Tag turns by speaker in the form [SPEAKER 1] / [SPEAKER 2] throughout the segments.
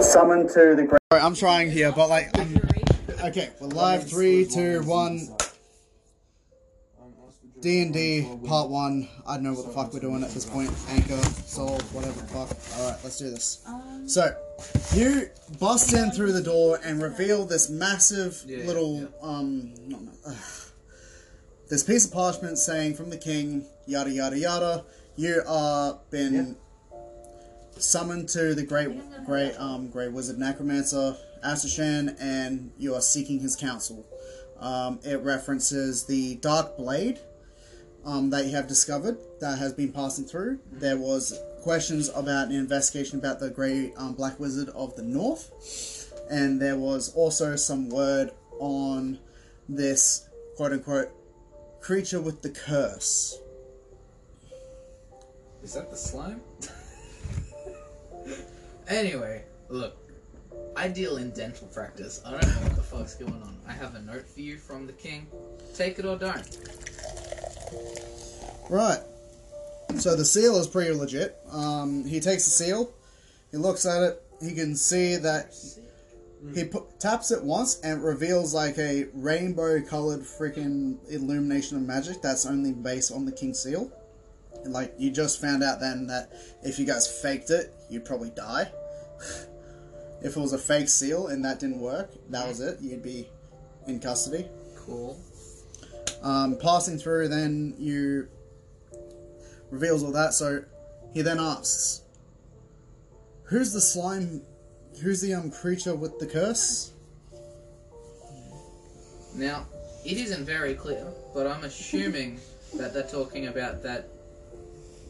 [SPEAKER 1] Summon to the ground.
[SPEAKER 2] Alright, I'm trying here, but like, I'm, okay, we're live. Three, two, one. D and D part one. I don't know what the fuck we're doing at this point. Anchor, soul, whatever the fuck. All right, let's do this. So, you bust in through the door and reveal this massive little um, not, ma- ugh. this piece of parchment saying from the king, yada yada yada. You are been summoned to the great great um great wizard necromancer Astashan, and you are seeking his counsel. Um, it references the dark blade um, that you have discovered that has been passing through. There was questions about an investigation about the great um, black wizard of the north, and there was also some word on this quote unquote creature with the curse.
[SPEAKER 3] Is that the slime? anyway, look. I deal in dental practice. I don't know what the fuck's going on. I have a note for you from the king. Take it or don't.
[SPEAKER 2] Right. So the seal is pretty legit. Um, he takes the seal, he looks at it, he can see that he pu- taps it once and it reveals like a rainbow colored freaking illumination of magic that's only based on the King Seal. And like, you just found out then that if you guys faked it, you'd probably die. if it was a fake seal and that didn't work, that was it, you'd be in custody.
[SPEAKER 3] Cool.
[SPEAKER 2] Um, passing through, then you reveals all that. So he then asks, "Who's the slime? Who's the um creature with the curse?"
[SPEAKER 3] Now, it isn't very clear, but I'm assuming that they're talking about that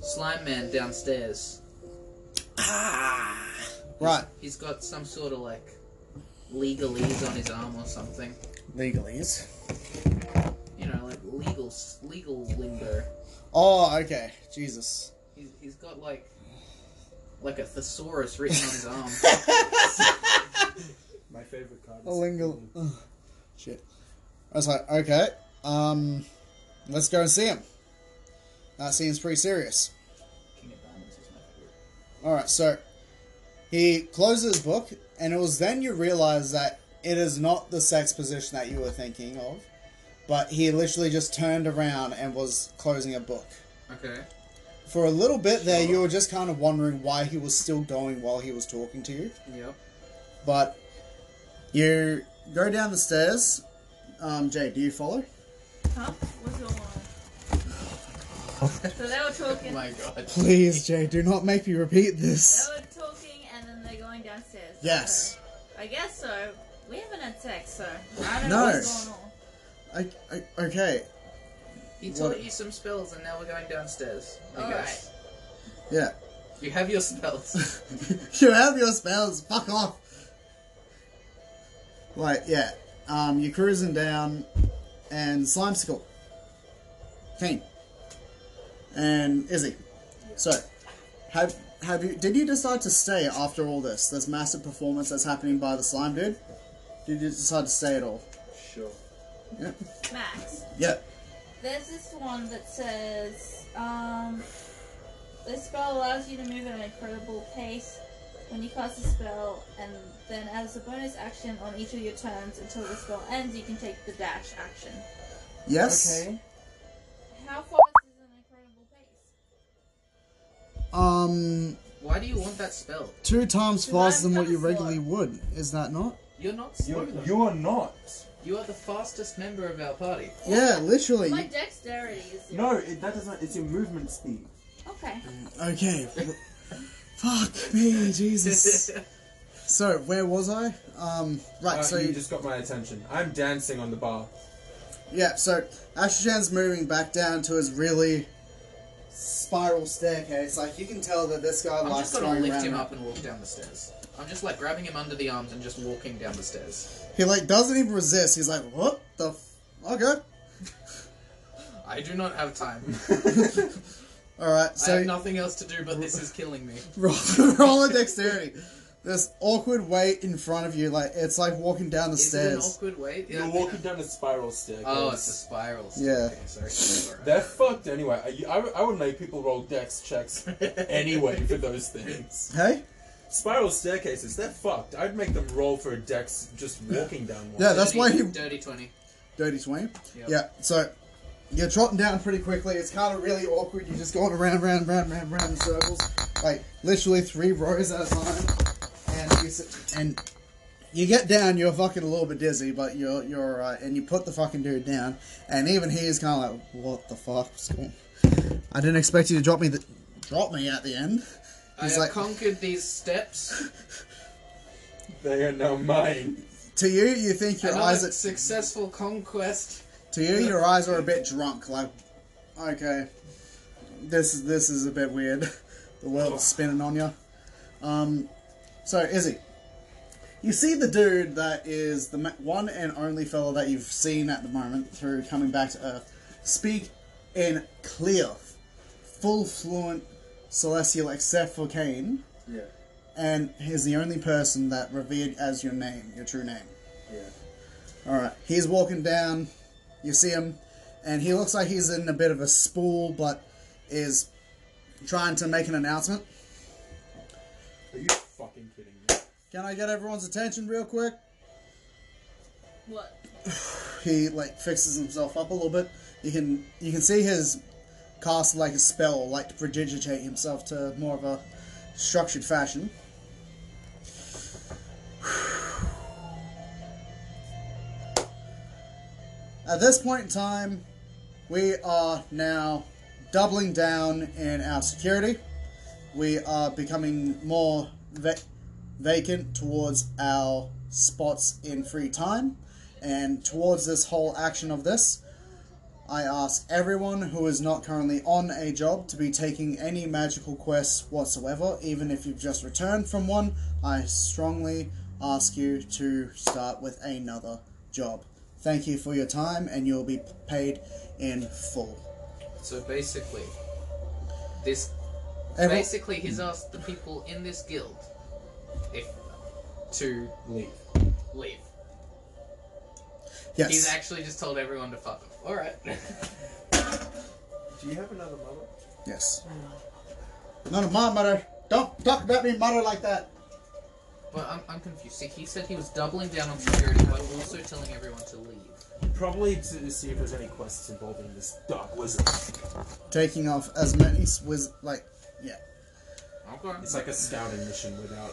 [SPEAKER 3] slime man downstairs.
[SPEAKER 2] Right,
[SPEAKER 3] He's got some sort of like legalese on his arm or something.
[SPEAKER 2] legalese.
[SPEAKER 3] You know, like legal legal lingo.
[SPEAKER 2] Oh, okay. Jesus.
[SPEAKER 3] He's, he's got like like a thesaurus written on his arm.
[SPEAKER 4] My favorite card.
[SPEAKER 2] A lingal. Ugh. Shit. I was like, okay, um, let's go and see him. That seems pretty serious.
[SPEAKER 3] King of Diamonds is my favorite.
[SPEAKER 2] All right, so he closes his book, and it was then you realize that it is not the sex position that you were thinking of, but he literally just turned around and was closing a book.
[SPEAKER 3] Okay.
[SPEAKER 2] For a little bit there, you were just kind of wondering why he was still going while he was talking to you,
[SPEAKER 3] Yep.
[SPEAKER 2] but you go down the stairs. Um, Jay, do you follow?
[SPEAKER 5] Huh? What's going on? so they were talking.
[SPEAKER 3] my god.
[SPEAKER 2] Please, Jay, do not make me repeat
[SPEAKER 5] They
[SPEAKER 2] this.
[SPEAKER 5] were talking, and then they're going downstairs.
[SPEAKER 2] Yes.
[SPEAKER 5] So, I guess so. We haven't had sex, so I don't
[SPEAKER 2] No.
[SPEAKER 5] know what's going on.
[SPEAKER 2] I, I, okay,
[SPEAKER 3] He
[SPEAKER 2] What-
[SPEAKER 3] taught you some spells and now we're going downstairs. I
[SPEAKER 5] All
[SPEAKER 3] guess.
[SPEAKER 2] yeah.
[SPEAKER 3] You have your spells.
[SPEAKER 2] you have your spells. Fuck off. Like yeah, um, you're cruising down, and slime school. Kane. And Izzy. So, have have you? Did you decide to stay after all this? This massive performance that's happening by the slime dude. Did you decide to stay at all?
[SPEAKER 4] Sure.
[SPEAKER 2] Yeah.
[SPEAKER 5] Max,
[SPEAKER 2] Yeah.
[SPEAKER 5] there's this one that says, um, this spell allows you to move at an incredible pace when you cast a spell, and then as a bonus action on each of your turns until the spell ends, you can take the dash action.
[SPEAKER 2] Yes.
[SPEAKER 5] How fast is an incredible pace?
[SPEAKER 2] Um,
[SPEAKER 3] Why do you want that spell?
[SPEAKER 2] two times
[SPEAKER 5] Two
[SPEAKER 2] faster than
[SPEAKER 5] times
[SPEAKER 2] what you
[SPEAKER 5] faster.
[SPEAKER 2] regularly would. Is that not?
[SPEAKER 3] You're not slow.
[SPEAKER 4] You,
[SPEAKER 3] though.
[SPEAKER 4] you are not.
[SPEAKER 3] You are the fastest member of our party.
[SPEAKER 2] Yeah, literally.
[SPEAKER 5] My dexterity is zero.
[SPEAKER 4] No, it, that doesn't. It's your movement speed.
[SPEAKER 5] Okay.
[SPEAKER 2] Okay. Fuck me, Jesus. So where was I? Um, right.
[SPEAKER 4] Uh,
[SPEAKER 2] so
[SPEAKER 4] you just got my attention. I'm dancing on the bar.
[SPEAKER 2] yeah. So Ashton's moving back down to his really spiral staircase. Like you can tell that this guy
[SPEAKER 3] I'm
[SPEAKER 2] likes
[SPEAKER 3] just gonna
[SPEAKER 2] going around.
[SPEAKER 3] lift him up and walk down the stairs. I'm just like grabbing him under the arms and just walking down the stairs.
[SPEAKER 2] He like doesn't even resist. He's like, what the? F- okay.
[SPEAKER 3] I do not have time.
[SPEAKER 2] All right.
[SPEAKER 3] I
[SPEAKER 2] So
[SPEAKER 3] have nothing else to do, but this is killing me.
[SPEAKER 2] roll, roll a dexterity. This awkward weight in front of you, like it's like walking down the
[SPEAKER 3] Is it an
[SPEAKER 2] stairs.
[SPEAKER 3] awkward way? Yeah, I
[SPEAKER 4] You're
[SPEAKER 3] think
[SPEAKER 4] walking
[SPEAKER 3] I-
[SPEAKER 4] down a spiral staircase.
[SPEAKER 3] Oh, it's a spiral.
[SPEAKER 2] Yeah.
[SPEAKER 3] Okay, sorry. sorry.
[SPEAKER 4] They're fucked anyway. I, I, would- I would make people roll dex checks anyway for those things.
[SPEAKER 2] Hey,
[SPEAKER 4] Spiral staircases, they're fucked. I'd make them roll for a dex just walking down one.
[SPEAKER 2] Yeah, that's why he
[SPEAKER 3] Dirty 20.
[SPEAKER 2] dirty twenty.
[SPEAKER 3] Yep.
[SPEAKER 2] Yeah, so you're trotting down pretty quickly. It's kind of really awkward. You're just going around, round, round, round, round in circles, like literally three rows at a time. And you sit, and you get down. You're fucking a little bit dizzy, but you're you're alright. And you put the fucking dude down. And even he's kind of like, "What the fuck? What's going- I didn't expect you to drop me the drop me at the end."
[SPEAKER 3] I
[SPEAKER 2] He's
[SPEAKER 3] have
[SPEAKER 2] like-
[SPEAKER 3] conquered these steps.
[SPEAKER 4] They are now mine.
[SPEAKER 2] To you, you think your
[SPEAKER 3] Another
[SPEAKER 2] eyes are
[SPEAKER 3] successful conquest.
[SPEAKER 2] To you, your eyes are a bit drunk. Like, okay, this is this is a bit weird. The world's spinning on you. Um, so Izzy, you see the dude that is the ma- one and only fellow that you've seen at the moment through coming back to Earth speak in clear, full fluent celestial except for Cain,
[SPEAKER 4] Yeah,
[SPEAKER 2] and he's the only person that revered as your name, your true name.
[SPEAKER 4] yeah.
[SPEAKER 2] All right, he's walking down. You see him, and he looks like he's in a bit of a spool, but is trying to make an announcement.
[SPEAKER 4] Are you fucking kidding me?
[SPEAKER 2] Can I get everyone's attention real quick?
[SPEAKER 5] What?
[SPEAKER 2] He like fixes himself up a little bit. You can you can see his cast like a spell, like to prodigitate himself to more of a structured fashion. At this point in time, we are now doubling down in our security. We are becoming more va- vacant towards our spots in free time. And towards this whole action of this, I ask everyone who is not currently on a job to be taking any magical quests whatsoever, even if you've just returned from one. I strongly ask you to start with another job. Thank you for your time, and you'll be paid in full.
[SPEAKER 3] So basically, this
[SPEAKER 2] Every-
[SPEAKER 3] basically he's asked the people in this guild if to
[SPEAKER 4] Leave.
[SPEAKER 3] leave.
[SPEAKER 2] yes.
[SPEAKER 3] He's actually just told everyone to fuck off. All right.
[SPEAKER 4] Do you have another mother?
[SPEAKER 2] yes. None of my mother. Don't talk about me, mother, like that.
[SPEAKER 3] but I'm, I'm confused. See, he said he was doubling down on security, but also telling everyone to leave.
[SPEAKER 4] Probably to see if there's any quests involving this dark wizard.
[SPEAKER 2] Taking off as many s- was like, yeah.
[SPEAKER 3] Okay. All
[SPEAKER 4] It's like a scouting mission without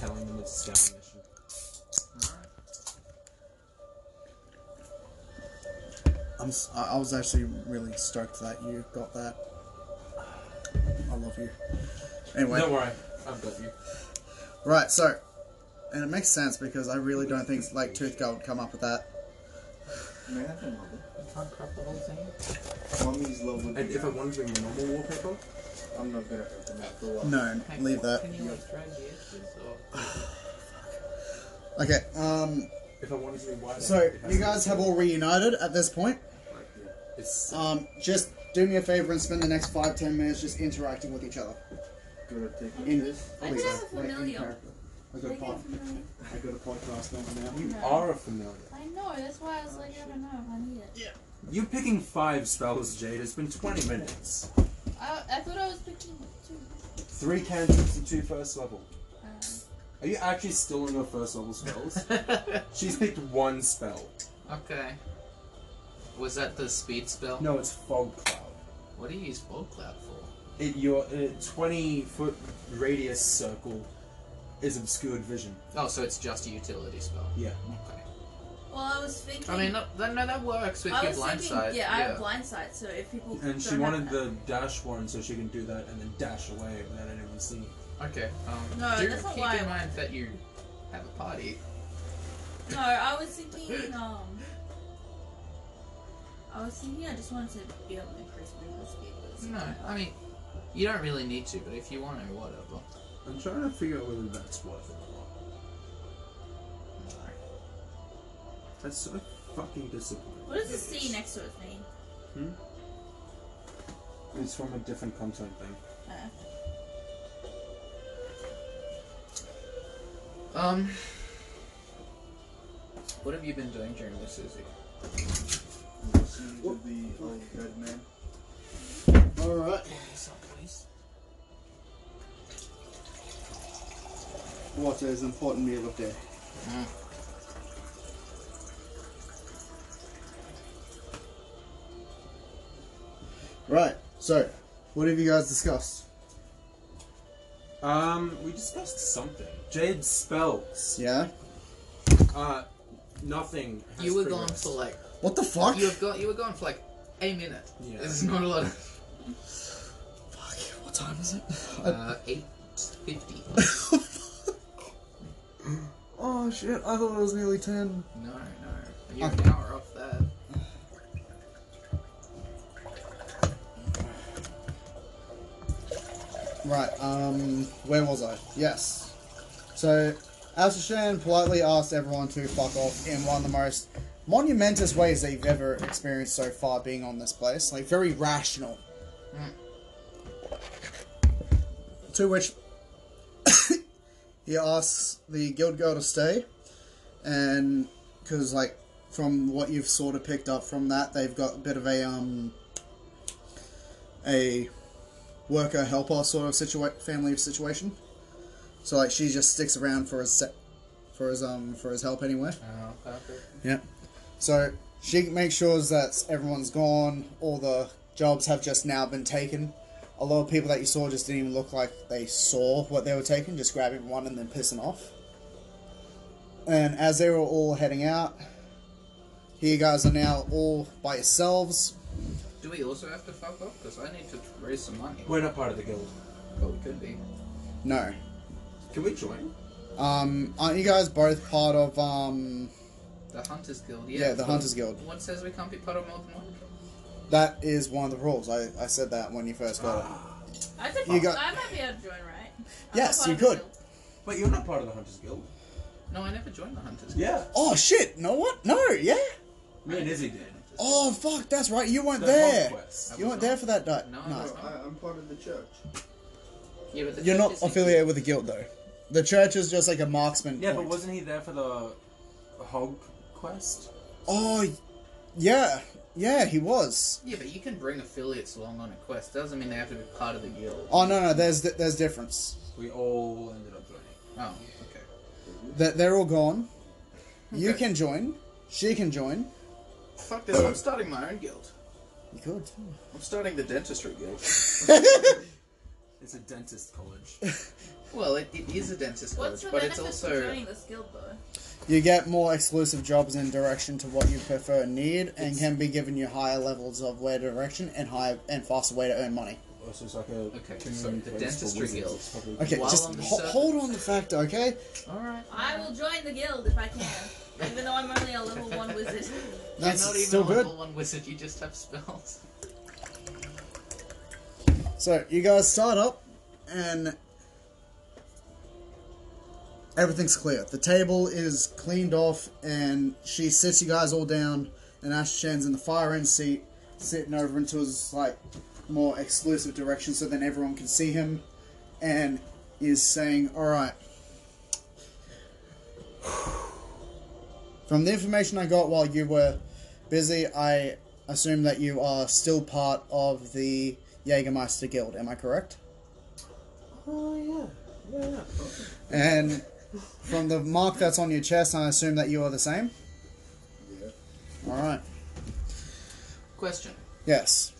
[SPEAKER 4] telling them it's a scouting mission.
[SPEAKER 3] right.
[SPEAKER 2] I'm, s- I I was actually really stoked that you got that. I love you. Anyway,
[SPEAKER 4] Don't worry, I've got you.
[SPEAKER 2] right, so, and it makes sense because I really don't think like Tooth Girl would come up with that.
[SPEAKER 1] May I have a mother?
[SPEAKER 3] You can't crap the whole thing.
[SPEAKER 1] Mommy's love would
[SPEAKER 4] And
[SPEAKER 1] be
[SPEAKER 4] if I
[SPEAKER 1] back.
[SPEAKER 4] wanted to bring the normal wallpaper,
[SPEAKER 1] I'm not gonna open that for a while.
[SPEAKER 2] No,
[SPEAKER 3] Hey,
[SPEAKER 2] leave that.
[SPEAKER 3] Can you like drag the edges or?
[SPEAKER 2] Okay, um,
[SPEAKER 4] if I wanted to be white,
[SPEAKER 2] so you guys have all reunited at this point.
[SPEAKER 4] It's
[SPEAKER 2] Um, just do me a favor and spend the next five ten minutes just interacting with each other.
[SPEAKER 1] Gonna take
[SPEAKER 2] In-
[SPEAKER 1] this.
[SPEAKER 5] I
[SPEAKER 2] please,
[SPEAKER 5] have a
[SPEAKER 2] like, in
[SPEAKER 5] familial.
[SPEAKER 2] character. I got a
[SPEAKER 5] Like,
[SPEAKER 2] pod-
[SPEAKER 5] I'm familiar.
[SPEAKER 2] I got a podcast number now.
[SPEAKER 4] you
[SPEAKER 5] no.
[SPEAKER 4] are a familiar.
[SPEAKER 5] I know, that's why I was like, I don't know if I need it.
[SPEAKER 4] You're picking five spells, Jade. It's been 20 minutes.
[SPEAKER 5] I, I thought I was picking two.
[SPEAKER 4] Three cantrips and two first level.
[SPEAKER 5] Um,
[SPEAKER 4] Are you actually still on your first level spells? She's picked one spell.
[SPEAKER 3] okay. Was that the speed spell?
[SPEAKER 4] No, it's fog cloud.
[SPEAKER 3] What do you use fog cloud for?
[SPEAKER 4] It, your uh, 20 foot radius circle is obscured vision.
[SPEAKER 3] Oh, so it's just a utility spell.
[SPEAKER 4] Yeah.
[SPEAKER 3] Okay.
[SPEAKER 5] well, I was thinking.
[SPEAKER 3] I mean, no, that, no, that works with
[SPEAKER 5] I
[SPEAKER 3] your
[SPEAKER 5] was
[SPEAKER 3] blind
[SPEAKER 5] thinking,
[SPEAKER 3] side.
[SPEAKER 5] yeah, I have blind sight, so if people.
[SPEAKER 4] And she
[SPEAKER 5] don't
[SPEAKER 4] wanted
[SPEAKER 5] have that-
[SPEAKER 4] the dash one so she can do that and then dash away without anyone seeing.
[SPEAKER 3] Okay. Um,
[SPEAKER 5] No,
[SPEAKER 3] do
[SPEAKER 5] that's not
[SPEAKER 3] keep
[SPEAKER 5] why I-
[SPEAKER 3] in mind that you have a party.
[SPEAKER 5] No, I was thinking, um. I was thinking I just wanted to be able to increase movement speed. but it's-
[SPEAKER 3] No, I mean, you don't really need to, but if you want to, whatever.
[SPEAKER 4] I'm trying to figure out whether that's worth it or not. That's so fucking
[SPEAKER 3] Mm.
[SPEAKER 4] disappointing.
[SPEAKER 5] What does the C next to it mean?
[SPEAKER 4] It's from a different content thing.
[SPEAKER 5] Uh,
[SPEAKER 3] Um, what have you been doing during this, Susie?
[SPEAKER 1] Listen to the old dead man.
[SPEAKER 2] All right. Water is an important meal of day. Hmm.
[SPEAKER 3] Mm.
[SPEAKER 2] Right, so, what have you guys discussed?
[SPEAKER 4] Um, we discussed something. Jade's spells.
[SPEAKER 2] Yeah?
[SPEAKER 4] Uh, nothing. has
[SPEAKER 3] You were gone
[SPEAKER 4] progressed.
[SPEAKER 3] for like
[SPEAKER 2] What the fuck?
[SPEAKER 3] you have got you were gone for like a minute.
[SPEAKER 4] Yeah.
[SPEAKER 3] There's not a lot of
[SPEAKER 2] Fuck, what time is it?
[SPEAKER 3] uh, eight fifty.
[SPEAKER 2] oh shit, I thought it was nearly 10.
[SPEAKER 3] No, no. You're an hour off that.
[SPEAKER 2] Right, um, where was I? Yes. So, Alsashan politely asked everyone to fuck off in one of the most monumentous ways they've ever experienced so far being on this place. Like, very rational. To which he asks the guild girl to stay, and because, like, from what you've sort of picked up from that, they've got a bit of a, um, a worker helper sort of situa- family situation. So like she just sticks around for his se- for his um for his help anyway.
[SPEAKER 3] Oh, perfect.
[SPEAKER 2] Yeah. So she makes sure that everyone's gone. All the jobs have just now been taken. A lot of people that you saw just didn't even look like they saw what they were taking, just grabbing one and then pissing off. And as they were all heading out, here you guys are now all by yourselves.
[SPEAKER 3] Do we also have to fuck off? Because I need to raise some money.
[SPEAKER 4] We're not part of the guild.
[SPEAKER 3] But we could be.
[SPEAKER 2] No,
[SPEAKER 4] Can we join?
[SPEAKER 2] Um, aren't you guys both part of um
[SPEAKER 3] The Hunters Guild, yeah.
[SPEAKER 2] yeah the
[SPEAKER 3] but
[SPEAKER 2] Hunters Guild?
[SPEAKER 3] What says we can't be part of more than one?
[SPEAKER 2] That is one of the rules. I, I said that when you first
[SPEAKER 4] Uh.
[SPEAKER 2] got it.
[SPEAKER 5] I, said,
[SPEAKER 2] You got-
[SPEAKER 5] I might be able to join, right? I'm
[SPEAKER 2] Yes,
[SPEAKER 5] not
[SPEAKER 2] you
[SPEAKER 5] part of
[SPEAKER 2] could.
[SPEAKER 5] the guild.
[SPEAKER 4] Wait, you're not part of the Hunters Guild.
[SPEAKER 3] No, I never joined the Hunters Guild.
[SPEAKER 4] Yeah.
[SPEAKER 2] Oh shit! No what? No yeah.
[SPEAKER 4] Me and Izzy did.
[SPEAKER 2] Oh fuck! That's right. You weren't
[SPEAKER 4] The
[SPEAKER 2] there.
[SPEAKER 4] Hulk quest.
[SPEAKER 2] You weren't there for that night.
[SPEAKER 3] No,
[SPEAKER 2] No.
[SPEAKER 3] I was not.
[SPEAKER 1] I, I'm part of the church.
[SPEAKER 3] Yeah, but the
[SPEAKER 2] You're
[SPEAKER 3] church
[SPEAKER 2] not
[SPEAKER 3] isn't-
[SPEAKER 2] affiliated with the guild though. The church is just like a marksman.
[SPEAKER 4] Yeah, but
[SPEAKER 2] point.
[SPEAKER 4] wasn't he there for the Hog quest?
[SPEAKER 2] Oh, yeah, yeah, he was.
[SPEAKER 3] Yeah, but you can bring affiliates along on a quest. Doesn't mean they have to be part of the guild.
[SPEAKER 2] Oh no no, there's there's difference.
[SPEAKER 4] We all ended up joining.
[SPEAKER 3] Oh, okay.
[SPEAKER 2] That they're all gone. You
[SPEAKER 3] Okay.
[SPEAKER 2] can join. She can join.
[SPEAKER 3] Fuck this, I'm starting my own guild.
[SPEAKER 2] You could. Too.
[SPEAKER 3] I'm starting the dentistry guild.
[SPEAKER 4] It's a dentist college.
[SPEAKER 3] well, it, it is a dentist college,
[SPEAKER 5] What's the
[SPEAKER 3] but it's
[SPEAKER 5] benefit for
[SPEAKER 3] also.
[SPEAKER 5] joining this guild, though?
[SPEAKER 2] You get more exclusive jobs in direction to what you prefer and need, and can be given you higher levels of way to direction and higher and faster way to earn money.
[SPEAKER 4] Also, Oh, it's like a
[SPEAKER 3] Okay,
[SPEAKER 4] community
[SPEAKER 3] so the
[SPEAKER 4] place for
[SPEAKER 3] dentistry
[SPEAKER 4] wizards.
[SPEAKER 3] guild.
[SPEAKER 4] It's probably-
[SPEAKER 2] Okay,
[SPEAKER 3] While
[SPEAKER 2] just
[SPEAKER 3] on the
[SPEAKER 2] ho-
[SPEAKER 3] surface.
[SPEAKER 2] hold on the factor, okay?
[SPEAKER 3] Alright.
[SPEAKER 5] I will join the guild if I can, even though I'm only a level one wizard.
[SPEAKER 2] That's
[SPEAKER 3] You're not even
[SPEAKER 2] still
[SPEAKER 3] a
[SPEAKER 2] good.
[SPEAKER 3] level one wizard, you just have spells.
[SPEAKER 2] So you guys start up, and everything's clear. The table is cleaned off, and she sits you guys all down. And Ashton's in the far end seat, sitting over into his like more exclusive direction, so then everyone can see him, and is saying, "All right." From the information I got while you were busy, I assume that you are still part of the Jägermeister Guild. Am I correct?
[SPEAKER 4] Oh yeah, yeah. yeah.
[SPEAKER 2] And from the mark that's on your chest, I assume that you are the same.
[SPEAKER 1] Yeah.
[SPEAKER 2] All right.
[SPEAKER 3] Question
[SPEAKER 2] Yes.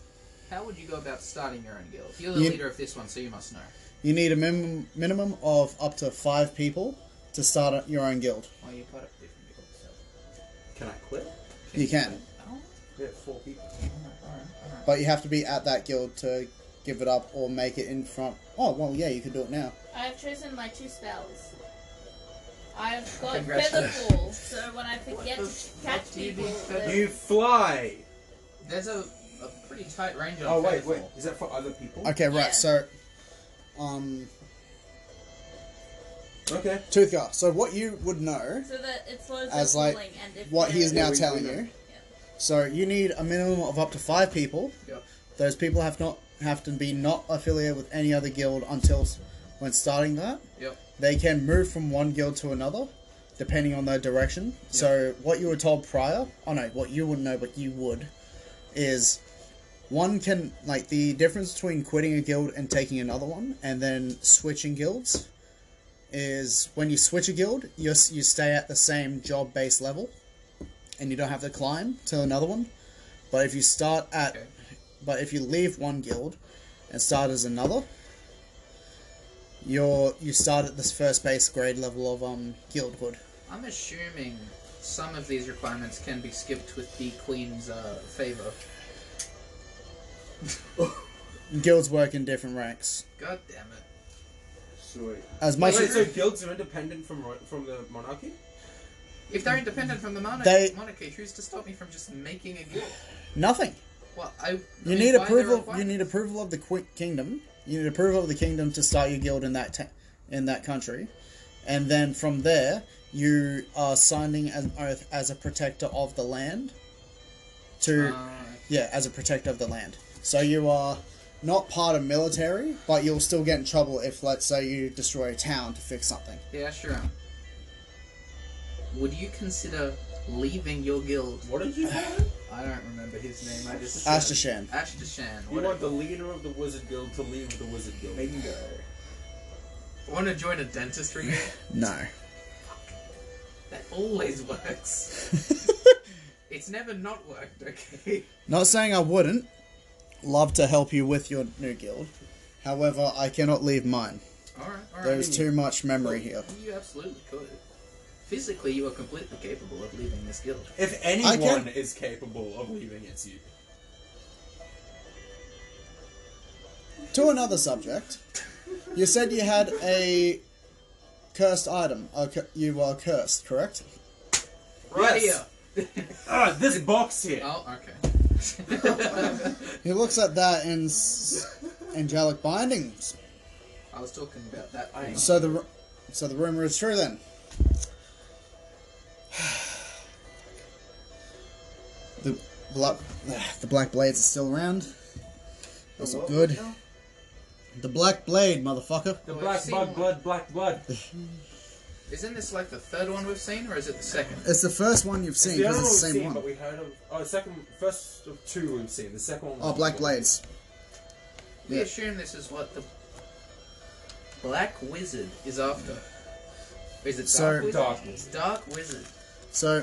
[SPEAKER 3] How would you go about starting your own guild? You're the
[SPEAKER 2] You-
[SPEAKER 3] leader of this one, so you must know.
[SPEAKER 2] You need a minimum minimum of up to five people to start up your own guild.
[SPEAKER 3] Why are you part of different guilds?
[SPEAKER 4] Can I quit?
[SPEAKER 2] You can,
[SPEAKER 3] Oh,
[SPEAKER 4] Yeah, four people.
[SPEAKER 3] alright, alright, alright.
[SPEAKER 2] but you have to be at that guild to give it up or make it in front. Oh well, yeah, you could do it now.
[SPEAKER 5] I have chosen my two spells. I've got
[SPEAKER 3] Congratulations.
[SPEAKER 5] Featherfall, so when I forget
[SPEAKER 3] the
[SPEAKER 5] to
[SPEAKER 3] fuck
[SPEAKER 5] catch
[SPEAKER 3] do you
[SPEAKER 5] people,
[SPEAKER 3] mean feather-
[SPEAKER 5] then-
[SPEAKER 4] You fly.
[SPEAKER 3] There's a, a pretty tight range on
[SPEAKER 4] Oh wait,
[SPEAKER 3] Featherfall.
[SPEAKER 4] wait. Is that for other people?
[SPEAKER 2] Okay,
[SPEAKER 5] Yeah.
[SPEAKER 2] right. So, um,
[SPEAKER 4] Okay.
[SPEAKER 2] Toothgar. So what you would know
[SPEAKER 5] so that it slows
[SPEAKER 2] As,
[SPEAKER 5] the
[SPEAKER 2] like,
[SPEAKER 5] rolling, and if
[SPEAKER 2] what he is
[SPEAKER 5] they're-
[SPEAKER 2] now telling you. So you need a minimum of up to five people.
[SPEAKER 3] Yep.
[SPEAKER 2] Those people have not have to be not affiliated with any other guild until s- when starting that.
[SPEAKER 3] Yep.
[SPEAKER 2] They can move from one guild to another, depending on their direction. So what you were told prior, oh no, what you wouldn't know, but you would, is one can like the difference between quitting a guild and taking another one, and then switching guilds, is when you switch a guild, you you stay at the same job base level, and you don't have to climb to another one. But if you start at,
[SPEAKER 3] Okay.
[SPEAKER 2] but if you leave one guild, and start as another, you're you start at this first base grade level of um guildwood.
[SPEAKER 3] I'm assuming some of these requirements can be skipped with the queen's uh, favor.
[SPEAKER 2] Guilds work in different ranks.
[SPEAKER 3] God damn it!
[SPEAKER 1] So wait,
[SPEAKER 2] As
[SPEAKER 4] Wait,
[SPEAKER 2] much as
[SPEAKER 4] so guilds are independent from ro- from the monarchy?
[SPEAKER 3] If they're independent from the monarch-
[SPEAKER 2] They-
[SPEAKER 3] monarchy, who's to stop me from just making a guild?
[SPEAKER 2] nothing.
[SPEAKER 3] Well, I. I
[SPEAKER 2] You
[SPEAKER 3] mean,
[SPEAKER 2] need
[SPEAKER 3] by their
[SPEAKER 2] approval. You
[SPEAKER 3] requirements-
[SPEAKER 2] need approval of the qui- kingdom. You need approval of the kingdom to start your guild in that ta- in that country, and then from there you are signing an oath as a protector of the land. To
[SPEAKER 3] Uh,
[SPEAKER 2] yeah, as a protector of the land. So you are not part of military, but you'll still get in trouble if, let's say, you destroy a town to fix something.
[SPEAKER 3] yeah, sure. Would you consider leaving your guild?
[SPEAKER 4] What did you call it?
[SPEAKER 3] I don't remember his name. I just
[SPEAKER 2] Ashdashan.
[SPEAKER 3] Ashdashan.
[SPEAKER 4] You
[SPEAKER 3] whatever.
[SPEAKER 4] want the leader of the wizard guild to leave the wizard guild.
[SPEAKER 3] Bingo. Want to join a dentistry guild?
[SPEAKER 2] No.
[SPEAKER 3] That always works. It's never not worked, okay?
[SPEAKER 2] Not saying I wouldn't. Love to help you with your new guild. However, I cannot leave mine.
[SPEAKER 3] Alright, alright.
[SPEAKER 2] There is too much memory here.
[SPEAKER 3] You absolutely could. Physically, you are completely capable of leaving this guild.
[SPEAKER 4] If
[SPEAKER 2] I
[SPEAKER 4] anyone
[SPEAKER 2] can-
[SPEAKER 4] is capable of leaving, it's you.
[SPEAKER 2] To another subject, you said you had a cursed item. A cu- you are cursed, correct?
[SPEAKER 3] Yes.
[SPEAKER 4] Ah, this box here.
[SPEAKER 3] Oh, okay.
[SPEAKER 2] He looks at that in s- angelic bindings.
[SPEAKER 3] I was talking about that thing.
[SPEAKER 2] So the ru- so the rumor is true then. The black the black blades are still around. That's
[SPEAKER 4] what
[SPEAKER 2] good.
[SPEAKER 4] now?
[SPEAKER 2] The black blade, motherfucker.
[SPEAKER 4] The
[SPEAKER 3] Well, I've
[SPEAKER 4] black
[SPEAKER 3] seen
[SPEAKER 4] bug,
[SPEAKER 3] one.
[SPEAKER 4] blood, black blood. It's
[SPEAKER 3] Isn't this like the third one we've seen, or is it the second?
[SPEAKER 2] It's the first one you've seen
[SPEAKER 4] the other
[SPEAKER 2] because
[SPEAKER 4] one
[SPEAKER 2] it's the same
[SPEAKER 4] we've seen,
[SPEAKER 2] one.
[SPEAKER 4] but we heard of. Oh, the second, first of two we've seen. The second one.
[SPEAKER 2] Oh, black blades.
[SPEAKER 3] We
[SPEAKER 2] Yeah.
[SPEAKER 3] assume this is what the Black Wizard is after. Is it Dark
[SPEAKER 2] So-
[SPEAKER 3] Wizard?
[SPEAKER 4] Darkness.
[SPEAKER 3] Dark Wizard.
[SPEAKER 2] So,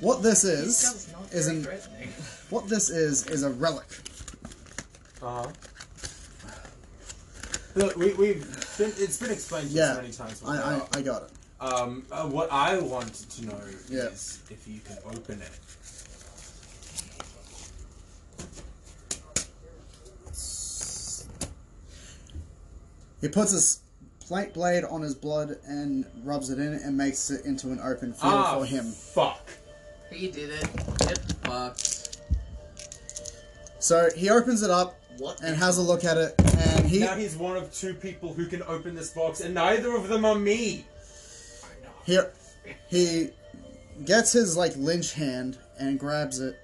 [SPEAKER 2] what this
[SPEAKER 3] This
[SPEAKER 2] is
[SPEAKER 3] sounds not
[SPEAKER 2] is
[SPEAKER 3] very
[SPEAKER 2] an
[SPEAKER 3] threatening.
[SPEAKER 2] what this is is a relic.
[SPEAKER 4] Uh huh. Look, we, we've been, it's been explained to us
[SPEAKER 2] Yeah,
[SPEAKER 4] many times.
[SPEAKER 2] I, I, I got it.
[SPEAKER 4] Um, uh, what I wanted to know
[SPEAKER 2] Yeah.
[SPEAKER 4] is if you can open it.
[SPEAKER 2] He puts his plate blade on his blood and rubs it in and makes it into an open field
[SPEAKER 4] ah,
[SPEAKER 2] for him.
[SPEAKER 4] Fuck.
[SPEAKER 3] he did it. Get fucked.
[SPEAKER 2] So he opens it up
[SPEAKER 3] What?
[SPEAKER 2] and has a look at it, and he
[SPEAKER 4] Now he's one of two people who can open this box, and neither of them are me.
[SPEAKER 2] he he gets his like lynch hand and grabs it,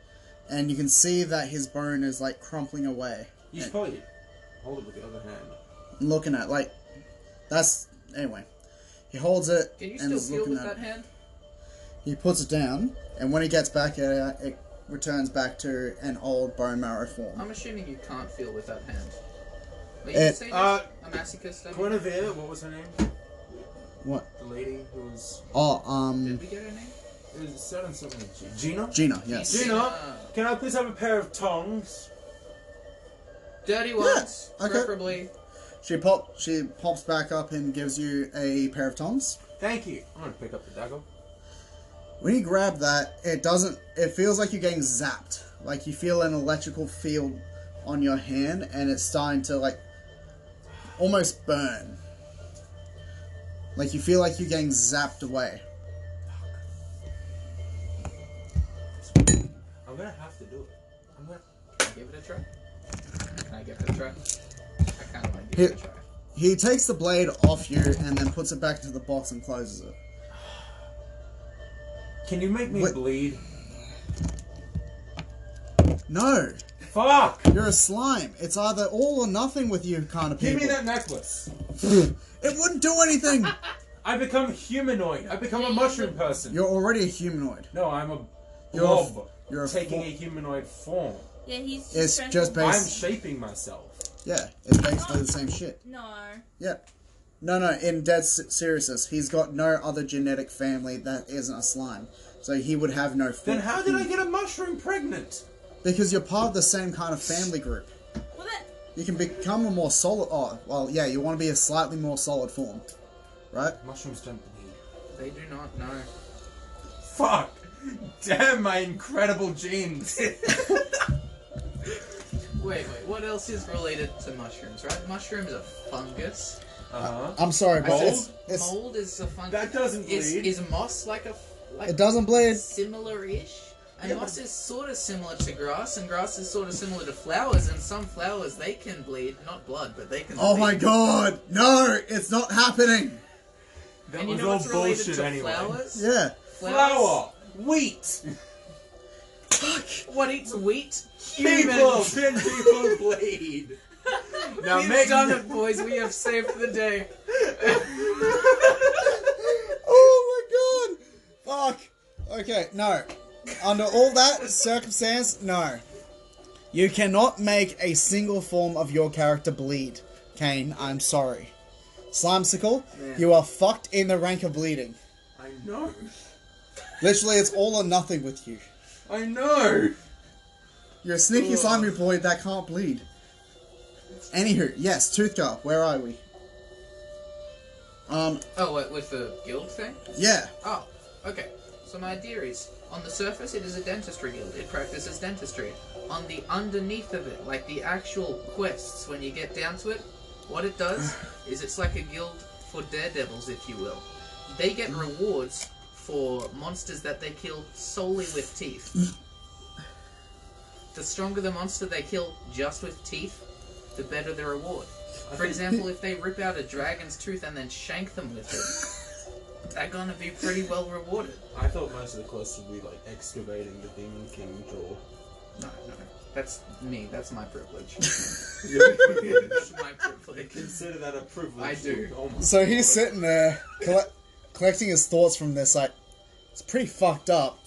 [SPEAKER 2] and you can see that his bone is like crumpling away.
[SPEAKER 4] You should probably hold it with the other hand.
[SPEAKER 2] I'm looking at like that's anyway. He holds it
[SPEAKER 3] Can you
[SPEAKER 2] and
[SPEAKER 3] still
[SPEAKER 2] is
[SPEAKER 3] feel
[SPEAKER 2] looking
[SPEAKER 3] with
[SPEAKER 2] at
[SPEAKER 3] that
[SPEAKER 2] it.
[SPEAKER 3] hand?
[SPEAKER 2] He puts it down, and when he gets back at it, it returns back to an old bone marrow form.
[SPEAKER 3] I'm assuming you can't feel with that hand. Wait,
[SPEAKER 2] It-
[SPEAKER 3] you say this?
[SPEAKER 4] Uh,
[SPEAKER 3] a masochist? I mean?
[SPEAKER 4] Guinevere, what was her name?
[SPEAKER 2] What?
[SPEAKER 4] The lady who was.
[SPEAKER 2] Oh,
[SPEAKER 3] Did
[SPEAKER 2] um,
[SPEAKER 3] we get her name?
[SPEAKER 4] It was said on something. Gina?
[SPEAKER 2] Gina. Yes.
[SPEAKER 4] Gina,
[SPEAKER 3] Gina.
[SPEAKER 4] can I please have a pair of tongs?
[SPEAKER 3] Dirty ones,
[SPEAKER 2] okay.
[SPEAKER 3] preferably.
[SPEAKER 2] She pop. She pops back up and gives you a pair of tongs.
[SPEAKER 4] Thank you. I'm gonna pick up the dagger.
[SPEAKER 2] When you grab that, it doesn't. It feels like you're getting zapped. Like you feel an electrical field on your hand, and it's starting to like almost burn. Like you feel like you're getting zapped away.
[SPEAKER 4] I'm gonna have to do it. I'm gonna.
[SPEAKER 3] Can I give it a try? Can I give it a try? I kind of want to
[SPEAKER 2] Here-
[SPEAKER 3] give it a try.
[SPEAKER 2] He takes the blade off you and then puts it back into the box and closes it.
[SPEAKER 4] Can you make me
[SPEAKER 2] What-
[SPEAKER 4] bleed?
[SPEAKER 2] No,
[SPEAKER 4] Fuck!
[SPEAKER 2] you're a slime. It's either all or nothing with you kind of people.
[SPEAKER 4] Give me that necklace.
[SPEAKER 2] It wouldn't do anything.
[SPEAKER 4] I become humanoid. I become a mushroom person.
[SPEAKER 2] You're already a humanoid.
[SPEAKER 4] No, I'm a
[SPEAKER 2] You're a f-
[SPEAKER 4] blob.
[SPEAKER 2] you're a
[SPEAKER 4] taking
[SPEAKER 2] fo-
[SPEAKER 4] a humanoid form.
[SPEAKER 5] Yeah, he's just.
[SPEAKER 2] It's
[SPEAKER 5] trying
[SPEAKER 2] just
[SPEAKER 5] to-
[SPEAKER 2] ba-
[SPEAKER 4] I'm
[SPEAKER 2] Base-
[SPEAKER 4] shaping myself.
[SPEAKER 2] Yeah, it's basically the same shit.
[SPEAKER 5] No.
[SPEAKER 2] Yeah. No, no, in Dead S- Sirius, he's got no other genetic family that isn't a slime. So he would have no.
[SPEAKER 4] Then
[SPEAKER 2] fruit.
[SPEAKER 4] how did I get a mushroom pregnant?
[SPEAKER 2] Because you're part of the same kind of family group.
[SPEAKER 5] Well, that
[SPEAKER 2] You can become a more solid. Oh, well, yeah, you want to be a slightly more solid form, right?
[SPEAKER 4] Mushrooms don't bleed.
[SPEAKER 3] They do not know.
[SPEAKER 4] Fuck! Damn my incredible genes!
[SPEAKER 3] Wait, wait. What else is related to mushrooms? Right? Mushrooms are fungus.
[SPEAKER 4] Uh-huh.
[SPEAKER 2] I'm sorry, but
[SPEAKER 4] Mold?
[SPEAKER 2] it's, it's,
[SPEAKER 3] Mold is a fungus.
[SPEAKER 4] That doesn't
[SPEAKER 3] is,
[SPEAKER 4] bleed.
[SPEAKER 3] is moss like a f- like
[SPEAKER 2] it doesn't bleed.
[SPEAKER 3] similar-ish? And
[SPEAKER 4] Yeah,
[SPEAKER 3] moss is sort of similar to grass, and grass is sort of similar to flowers. And some flowers they can bleed, not blood, but they can.
[SPEAKER 2] Oh
[SPEAKER 3] bleed.
[SPEAKER 2] my god! No, it's not happening.
[SPEAKER 4] That
[SPEAKER 3] and you
[SPEAKER 4] was
[SPEAKER 3] know
[SPEAKER 4] all
[SPEAKER 3] what's related
[SPEAKER 4] bullshit
[SPEAKER 3] to
[SPEAKER 4] anyway.
[SPEAKER 3] flowers?
[SPEAKER 2] Yeah.
[SPEAKER 3] Flowers-
[SPEAKER 4] Flour! Wheat!
[SPEAKER 3] What eats wheat?
[SPEAKER 4] People!
[SPEAKER 3] Humans.
[SPEAKER 4] Then people bleed! Now
[SPEAKER 3] We've
[SPEAKER 4] make
[SPEAKER 3] done it, boys. We have saved the day.
[SPEAKER 2] Oh my god! Fuck. Okay, no. Under all that circumstance, no. You cannot make a single form of your character bleed, Kane. I'm sorry. Slimesicle,
[SPEAKER 3] Man.
[SPEAKER 2] you are fucked in the rank of bleeding.
[SPEAKER 4] I know!
[SPEAKER 2] Literally, it's all or nothing with you.
[SPEAKER 4] I know!
[SPEAKER 2] You're a sneaky
[SPEAKER 3] Ugh.
[SPEAKER 2] slimy boy that can't bleed. Anywho, yes, Tooth Girl, where are we? Um,
[SPEAKER 3] Oh, wait, with the guild thing?
[SPEAKER 2] yeah.
[SPEAKER 3] Oh, okay. So my idea is, on the surface, it is a dentistry guild. It practices dentistry. On the underneath of it, like the actual quests, when you get down to it, what it does is it's like a guild for daredevils, if you will. They get rewards for monsters that they kill solely with teeth. The stronger the monster they kill just with teeth, the better the reward. For example, if they rip out a dragon's tooth and then shank them with it, they're gonna be pretty well rewarded.
[SPEAKER 4] I thought most of the quests would be like excavating the Demon King jaw.
[SPEAKER 3] No, no, that's me. That's my privilege.
[SPEAKER 4] You
[SPEAKER 3] that's my privilege.
[SPEAKER 4] Consider that a privilege.
[SPEAKER 3] I do.
[SPEAKER 4] Oh my
[SPEAKER 2] So he's
[SPEAKER 4] God.
[SPEAKER 2] sitting there colle- collecting his thoughts from this, like, it's pretty fucked up,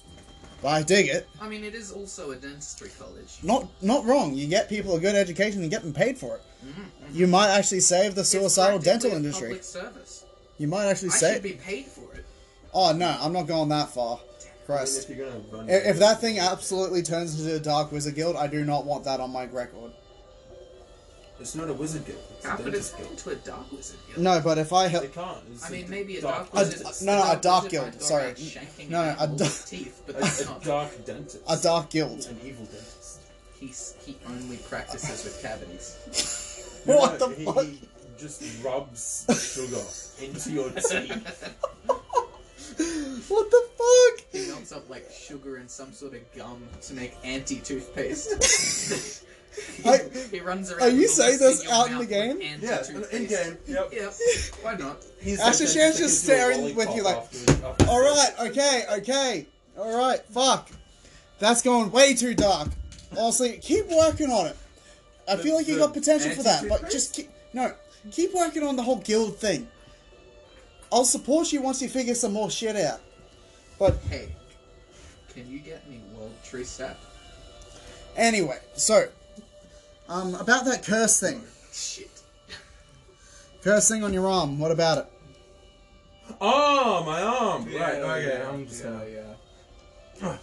[SPEAKER 2] but I dig it.
[SPEAKER 3] I mean, it is also a dentistry college.
[SPEAKER 2] Not not wrong. You get people a good education and get them paid for it. You might actually save the
[SPEAKER 3] Mm-hmm. It's
[SPEAKER 2] suicidal dental
[SPEAKER 3] practically a
[SPEAKER 2] industry.
[SPEAKER 3] Public service.
[SPEAKER 2] You might actually
[SPEAKER 3] I
[SPEAKER 2] save.
[SPEAKER 3] should be paid for it.
[SPEAKER 2] oh no, I'm not going that far.
[SPEAKER 4] I mean,
[SPEAKER 2] Christ.
[SPEAKER 4] if you're gonna run.
[SPEAKER 2] If, if that thing absolutely turns into a Dark Wizard Guild, I do not want that on my record.
[SPEAKER 4] It's not a wizard guild. It's
[SPEAKER 3] How
[SPEAKER 4] a
[SPEAKER 3] could it
[SPEAKER 4] dentist
[SPEAKER 3] turn
[SPEAKER 4] guild.
[SPEAKER 3] into a dark wizard guild?
[SPEAKER 2] No, but if I
[SPEAKER 4] They
[SPEAKER 2] help.
[SPEAKER 4] can't. It's
[SPEAKER 3] I mean, maybe a dark,
[SPEAKER 2] A-
[SPEAKER 3] wizard.
[SPEAKER 2] a-
[SPEAKER 3] is-
[SPEAKER 2] no, no, a dark
[SPEAKER 3] wizard might
[SPEAKER 2] guild,
[SPEAKER 3] go
[SPEAKER 2] sorry.
[SPEAKER 3] around shanking
[SPEAKER 2] No, no, a
[SPEAKER 3] animals
[SPEAKER 2] da-
[SPEAKER 3] with teeth, but that's
[SPEAKER 4] A, a
[SPEAKER 3] not.
[SPEAKER 4] dark dentist.
[SPEAKER 2] A Dark Guild.
[SPEAKER 4] An evil dentist.
[SPEAKER 3] He's, he only practices with cavities.
[SPEAKER 2] What the
[SPEAKER 4] he,
[SPEAKER 2] fuck?
[SPEAKER 4] He just rubs sugar into your teeth.
[SPEAKER 2] What the fuck?
[SPEAKER 3] He melts up like sugar and some sort of gum to make anti toothpaste. he,
[SPEAKER 2] I-
[SPEAKER 3] he runs around.
[SPEAKER 2] are you
[SPEAKER 3] with all
[SPEAKER 2] saying
[SPEAKER 3] this
[SPEAKER 2] this
[SPEAKER 3] your
[SPEAKER 2] out in
[SPEAKER 3] mouth
[SPEAKER 2] the
[SPEAKER 3] with
[SPEAKER 2] game?
[SPEAKER 4] Yeah,
[SPEAKER 3] anti-toothpaste.
[SPEAKER 4] in game. Yep.
[SPEAKER 3] Yep. Why not?
[SPEAKER 4] He's
[SPEAKER 2] Actually,
[SPEAKER 4] a dentist
[SPEAKER 2] Shane's just
[SPEAKER 4] that can do a
[SPEAKER 2] staring with you
[SPEAKER 4] lollipop
[SPEAKER 2] like,
[SPEAKER 4] after- after-
[SPEAKER 2] Alright, okay, okay. Alright, fuck. That's going way too dark. Honestly, keep working on it. I feel like you got potential for that, but just keep. No, keep working on the whole guild thing. I'll support you once you figure some more shit out. But
[SPEAKER 3] Hey, can you get me world tree sap?
[SPEAKER 2] anyway, so. Um, about that curse thing.
[SPEAKER 3] Shit.
[SPEAKER 2] Curse thing on your arm, what about it?
[SPEAKER 4] Oh, my arm. right.
[SPEAKER 3] Yeah,
[SPEAKER 4] Okay.
[SPEAKER 3] yeah,
[SPEAKER 4] I'm just
[SPEAKER 3] yeah,
[SPEAKER 4] gonna.
[SPEAKER 3] yeah.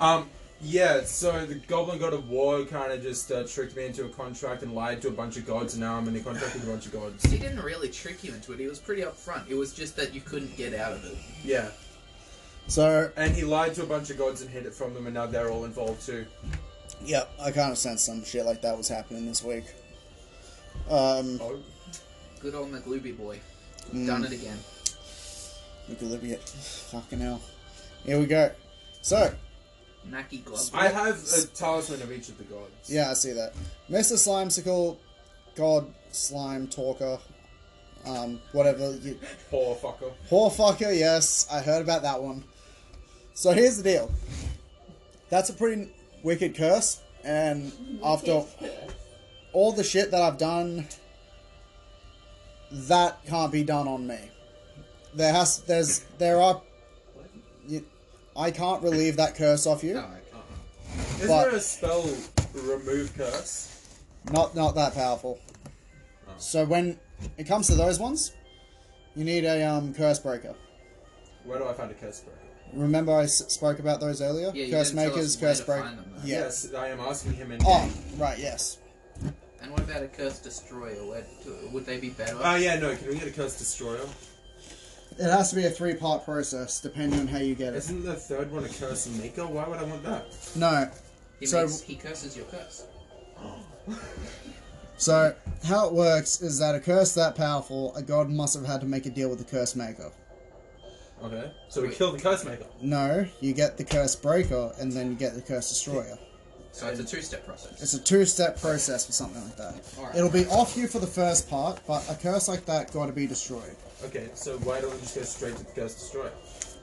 [SPEAKER 4] Um, yeah, so the Goblin God of War kind of just uh, tricked me into a contract and lied to a bunch of gods, and now I'm in a contract with a bunch of gods.
[SPEAKER 3] He didn't really trick you into it. He was pretty upfront. It was just that you couldn't get out of it.
[SPEAKER 4] Yeah.
[SPEAKER 2] So,
[SPEAKER 4] And he lied to a bunch of gods and hid it from them, and now they're all involved too.
[SPEAKER 2] yep, I kind of sensed some shit like that was happening this week. Um,
[SPEAKER 4] Oh.
[SPEAKER 3] Good old McGlooby boy.
[SPEAKER 2] Mm.
[SPEAKER 3] Done it again.
[SPEAKER 2] Equilibrium. Fucking hell. Here we go. So,
[SPEAKER 3] Naki glove.
[SPEAKER 4] I have a talisman of each of the gods.
[SPEAKER 2] yeah, I see that. Mr. Slimesicle, God Slime Talker, um, whatever. You,
[SPEAKER 4] Poor fucker.
[SPEAKER 2] poor fucker, yes, I heard about that one. So here's the deal. That's a pretty wicked curse, and after all the shit that I've done, that can't be done on me. There has, there's, there are. You, I can't relieve that curse off you.
[SPEAKER 3] Oh, okay.
[SPEAKER 4] Isn't
[SPEAKER 2] But-
[SPEAKER 4] Uh-uh. there a spell remove curse?
[SPEAKER 2] Not not that powerful. So when it comes to those ones, You need a um, curse breaker.
[SPEAKER 4] Where do I find a curse breaker?
[SPEAKER 2] Remember I s- spoke about those earlier?
[SPEAKER 3] Yeah, you
[SPEAKER 2] curse
[SPEAKER 3] didn't tell
[SPEAKER 2] makers,
[SPEAKER 3] us where
[SPEAKER 2] curse
[SPEAKER 3] to
[SPEAKER 2] break.
[SPEAKER 3] find them, though.
[SPEAKER 2] Yeah.
[SPEAKER 4] Yes, I am asking him in
[SPEAKER 2] Oh, right, yes.
[SPEAKER 3] And what about a curse destroyer? Where, to- would they be better?
[SPEAKER 4] Oh yeah, no. Can we get a curse destroyer?
[SPEAKER 2] It has to be a three part process depending on how you get it.
[SPEAKER 4] Isn't the third one a curse maker? Why would I want that?
[SPEAKER 2] No.
[SPEAKER 3] he,
[SPEAKER 2] so-
[SPEAKER 3] makes, he curses your curse.
[SPEAKER 2] So, how it works is that a curse that powerful, a god must have had to make a deal with the curse maker.
[SPEAKER 4] Okay, so we kill the curse maker.
[SPEAKER 2] No, you get the curse breaker and then you get the curse destroyer.
[SPEAKER 3] So it's a two-step process.
[SPEAKER 2] It's a two step process for something like that.
[SPEAKER 3] Alright.
[SPEAKER 2] It'll be off you for the first part, but a curse like that gotta be destroyed.
[SPEAKER 4] Okay, so why don't we just go straight to the curse destroyer?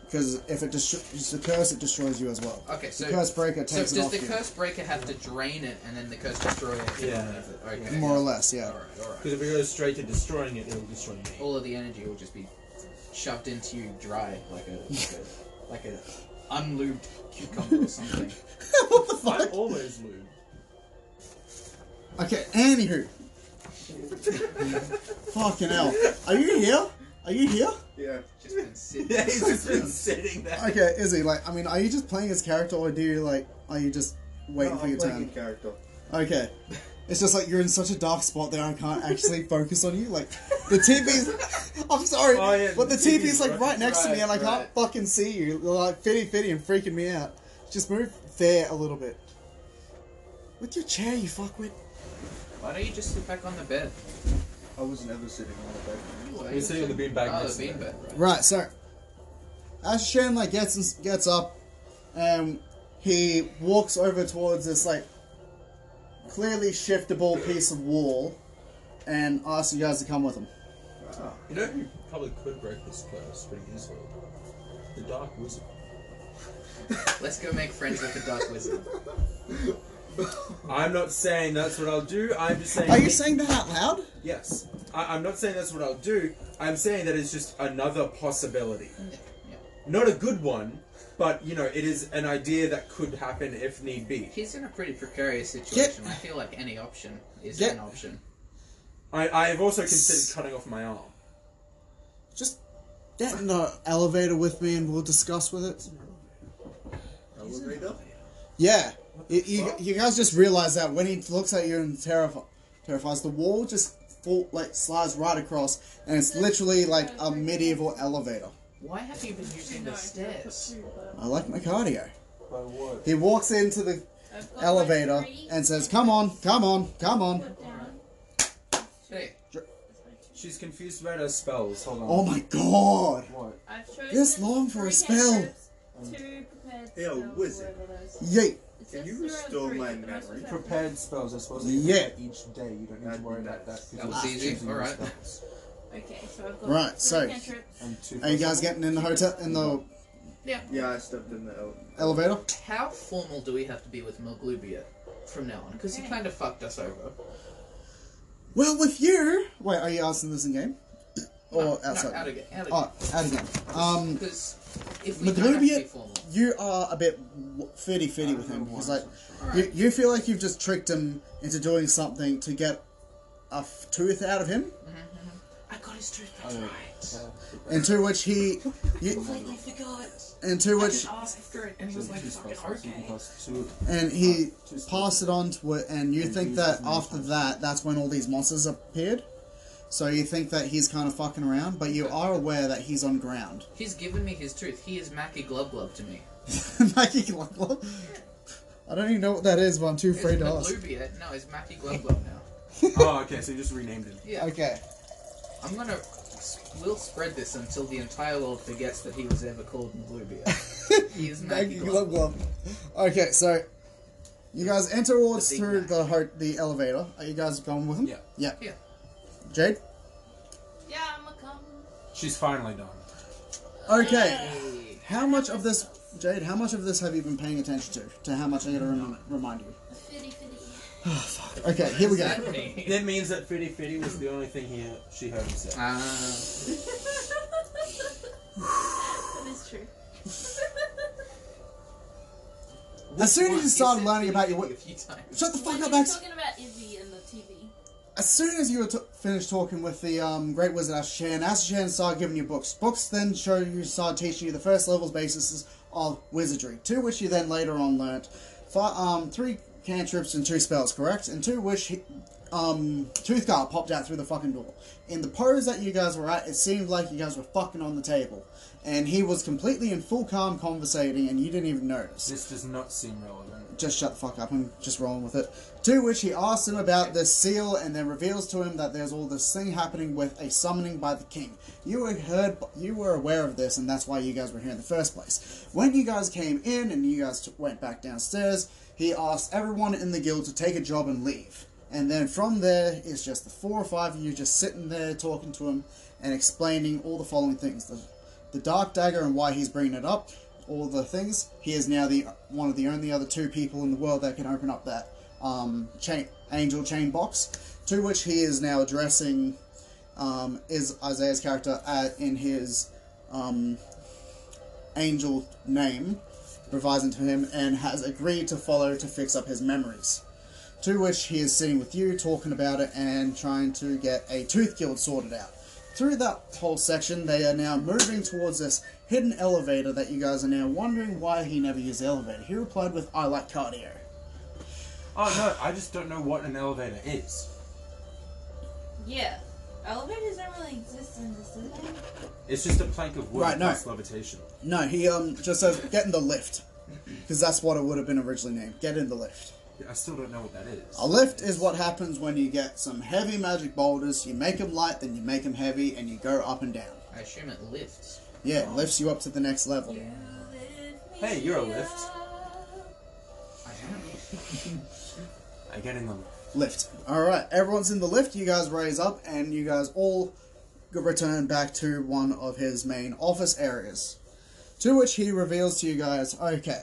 [SPEAKER 2] Because if it destroys the curse, it destroys you as well.
[SPEAKER 3] Okay, so
[SPEAKER 2] the curse breaker
[SPEAKER 3] so
[SPEAKER 2] takes it
[SPEAKER 3] does
[SPEAKER 2] off
[SPEAKER 3] the
[SPEAKER 2] you,
[SPEAKER 3] curse breaker have to drain it and then the curse destroyer? can
[SPEAKER 4] Yeah.
[SPEAKER 3] remove it? Okay.
[SPEAKER 2] more or less. Yeah.
[SPEAKER 3] All right. All right.
[SPEAKER 4] Because if we go straight to destroying it, it'll destroy me.
[SPEAKER 3] All of the energy will just be shoved into you dry, like a like a, like a unlubed cucumber or something.
[SPEAKER 2] what the
[SPEAKER 4] I
[SPEAKER 2] fuck?
[SPEAKER 4] always lose.
[SPEAKER 2] Okay. Anywho. Fucking hell. Are you here? Are you here?
[SPEAKER 1] Yeah.
[SPEAKER 3] Just been sitting.
[SPEAKER 4] Yeah, he's just been sitting there.
[SPEAKER 2] Okay, Izzy. Like, I mean, are you just playing his character, or do you like, are you just waiting
[SPEAKER 1] No,
[SPEAKER 2] for
[SPEAKER 1] I'm
[SPEAKER 2] your turn?
[SPEAKER 1] playing a character.
[SPEAKER 2] Okay. It's just like you're in such a dark spot that I can't actually focus on you. Like the TV's I'm sorry,
[SPEAKER 4] Oh, yeah,
[SPEAKER 2] but the
[SPEAKER 4] the TV
[SPEAKER 2] TV's 's, like right next to me and I
[SPEAKER 4] right,
[SPEAKER 2] can't
[SPEAKER 4] right.
[SPEAKER 2] fucking see you. You're like fitty fitty and freaking me out. Just move there a little bit. With your chair, you fuckwit.
[SPEAKER 3] Why don't you just sit back on the bed?
[SPEAKER 1] I was never sitting on the bed.
[SPEAKER 3] Why
[SPEAKER 4] You're sitting on the beanbag
[SPEAKER 3] Oh,
[SPEAKER 4] next to
[SPEAKER 3] the
[SPEAKER 4] me.
[SPEAKER 3] beanbag. Right.
[SPEAKER 2] Right, so as Shan like gets and, gets up, um, he walks over towards this like clearly shiftable piece of wall, and asks you guys to come with him.
[SPEAKER 1] Ah,
[SPEAKER 4] You know who probably could break this curse pretty easily? The Dark Wizard.
[SPEAKER 3] Let's go make friends with the dark wizard.
[SPEAKER 4] I'm not saying that's what I'll do. I'm just saying.
[SPEAKER 2] Are you saying that out loud?
[SPEAKER 4] Yes. I- I'm not saying that's what I'll do. I'm saying that it's just another possibility.
[SPEAKER 3] Yeah.
[SPEAKER 4] Not a good one, but you know, it is an idea that could happen if need be.
[SPEAKER 3] He's in a pretty precarious situation. I feel like any option is
[SPEAKER 2] Get-
[SPEAKER 3] an option.
[SPEAKER 4] I, I have also considered cutting off my arm.
[SPEAKER 2] Just get in the elevator with me and we'll discuss with it.
[SPEAKER 1] elevator?
[SPEAKER 2] Yeah. You, you, you guys just realize that when he looks at you and terrifi- terrifies, the wall just fall, like slides right across and it's literally like a medieval elevator.
[SPEAKER 3] Why have you been using the stairs?
[SPEAKER 2] I like my cardio.
[SPEAKER 4] By what?
[SPEAKER 2] He walks into the elevator and says, Come on, come on, come on.
[SPEAKER 3] Hey,
[SPEAKER 4] She's confused about her spells. Hold on.
[SPEAKER 2] Oh my god.
[SPEAKER 4] What?
[SPEAKER 2] This long for a spell.
[SPEAKER 5] Two prepared
[SPEAKER 1] Yo,
[SPEAKER 5] spells,
[SPEAKER 1] wizard.
[SPEAKER 5] whatever those-
[SPEAKER 2] Yay.
[SPEAKER 5] It
[SPEAKER 1] Can
[SPEAKER 5] says
[SPEAKER 1] you
[SPEAKER 5] there are
[SPEAKER 1] restore
[SPEAKER 5] three,
[SPEAKER 1] my
[SPEAKER 5] but I'm supposed
[SPEAKER 1] memory?
[SPEAKER 5] to have
[SPEAKER 4] Prepared spells. I suppose.
[SPEAKER 2] that you Yeah. get
[SPEAKER 4] Each day, you don't
[SPEAKER 1] need to worry about that
[SPEAKER 3] That was easy. Alright.
[SPEAKER 5] one. Okay, so I've got
[SPEAKER 2] Right,
[SPEAKER 5] three
[SPEAKER 2] so-
[SPEAKER 5] cantrips.
[SPEAKER 2] Are you guys getting in the hotel in the
[SPEAKER 1] Yeah, I stepped in the uh, elevator.
[SPEAKER 2] elevator?
[SPEAKER 3] how formal do we have to be with Maglubia from now on? Because he kind of fucked us over.
[SPEAKER 2] Well, with you. Wait, are you asking this in game? Or
[SPEAKER 3] No,
[SPEAKER 2] outside?
[SPEAKER 3] No, out again. Out
[SPEAKER 2] Oh, out again. Um,
[SPEAKER 3] Because if we don't have to be
[SPEAKER 2] Maglubia,
[SPEAKER 3] formal,
[SPEAKER 2] you are a bit fitty fitty with him because, like, you, you feel like you've just tricked him into doing something to get a f- tooth out of him,
[SPEAKER 3] I got his truth. That's right.
[SPEAKER 2] into which he, you,
[SPEAKER 3] I forgot.
[SPEAKER 2] into which,
[SPEAKER 3] Asked after it, and he was like, "Fucking okay."
[SPEAKER 2] and he passed it on to it, and you think that after that, that's when all these monsters appeared. So you think that he's kind of fucking around, but you are aware that he's on ground.
[SPEAKER 3] He's given me his truth. He is Mackie Glub Glub to me.
[SPEAKER 2] Maggie Gluglo. I don't even know what that is, but I'm too
[SPEAKER 3] Is
[SPEAKER 2] afraid to ask.
[SPEAKER 3] Maglubia? No, it's Mackie Glub Glub now.
[SPEAKER 4] oh, okay. So you just renamed him.
[SPEAKER 3] Yeah.
[SPEAKER 2] Okay.
[SPEAKER 3] I'm gonna. We'll spread this until the entire world forgets that he was ever called Maglubia. he is
[SPEAKER 2] Thank
[SPEAKER 3] Mackie
[SPEAKER 2] you,
[SPEAKER 3] Glub
[SPEAKER 2] Glub
[SPEAKER 3] Glub.
[SPEAKER 2] Glub. Okay, so you guys enter towards
[SPEAKER 3] The big
[SPEAKER 2] through
[SPEAKER 3] Mac.
[SPEAKER 2] the ho- the elevator. Are you guys going with him?
[SPEAKER 4] Yeah.
[SPEAKER 2] Yeah.
[SPEAKER 3] Yeah.
[SPEAKER 2] Jade.
[SPEAKER 5] Yeah, I'm gonna come.
[SPEAKER 4] She's finally done.
[SPEAKER 2] Okay.
[SPEAKER 3] Hey.
[SPEAKER 2] How much of this, Jade? How much of this have you been paying attention to? To how much I gotta rem- remind you.
[SPEAKER 5] Fitty, fitty.
[SPEAKER 2] Okay, here we go.
[SPEAKER 3] Exactly.
[SPEAKER 4] That means that Fitty Fitty was the only thing he she heard him say.
[SPEAKER 3] Ah.
[SPEAKER 5] that is true.
[SPEAKER 2] As soon as you
[SPEAKER 3] He
[SPEAKER 2] started
[SPEAKER 3] said
[SPEAKER 2] learning about your,
[SPEAKER 3] fitty
[SPEAKER 2] wi-
[SPEAKER 3] fitty a few times.
[SPEAKER 2] shut the
[SPEAKER 5] Why
[SPEAKER 2] fuck up,
[SPEAKER 5] are you
[SPEAKER 2] Max.
[SPEAKER 5] talking about Izzy and the TV?
[SPEAKER 2] as soon as you were t- finished talking with the um, Great Wizard Ashan, Ashan started giving you books. Books then show you, started teaching you the first levels basis of wizardry, two which you then later on learnt. Fi um, three cantrips and two spells, correct? And two which he- um, Toothgar popped out through the fucking door. In the pose that you guys were at, it seemed like you guys were fucking on the table. And he was completely in full calm conversating, and you didn't even notice
[SPEAKER 4] This does not seem relevant.
[SPEAKER 2] just shut the fuck up. I'm just rolling with it. To which he asks him about the seal and then reveals to him that there's all this thing happening with a summoning by the king. You had heard, you were aware of this, and that's why you guys were here in the first place. When you guys came in and you guys t- went back downstairs, he asked everyone in the guild to take a job and leave. And then from there, it's just the four or five of you just sitting there talking to him and explaining all the following things. The, the Dark Dagger and why he's bringing it up, all the things. He is now the one of the only other two people in the world that can open up that um, chain, angel chain box, to which he is now addressing um, is Isaiah's character uh in his um, angel name, revising to him, and has agreed to follow to fix up his memories. To which he is sitting with you, talking about it, and trying to get a tooth guild sorted out. Through that whole section, they are now moving towards this hidden elevator that you guys are now wondering why he never used the elevator. He replied with, I like cardio.
[SPEAKER 4] Oh no, I just don't know what an elevator is.
[SPEAKER 5] Yeah. Elevators don't really exist in this, do they?
[SPEAKER 4] It's just a plank of wood
[SPEAKER 2] Right, no.
[SPEAKER 4] plus levitation.
[SPEAKER 2] No, he um just says, get in the lift. Because that's what it would have been originally named. Get in the lift.
[SPEAKER 4] I still don't know what that is.
[SPEAKER 2] A lift is what happens when you get some heavy magic boulders, you make them light, then you make them heavy, and you go up and down.
[SPEAKER 3] I assume it lifts.
[SPEAKER 2] Yeah, it lifts you up to the next level.
[SPEAKER 4] Hey, you're a lift.
[SPEAKER 3] I am.
[SPEAKER 4] I get in the lift.
[SPEAKER 2] Lift. Alright, everyone's in the lift, you guys raise up, and you guys all g- return back to one of his main office areas. To which he reveals to you guys, okay,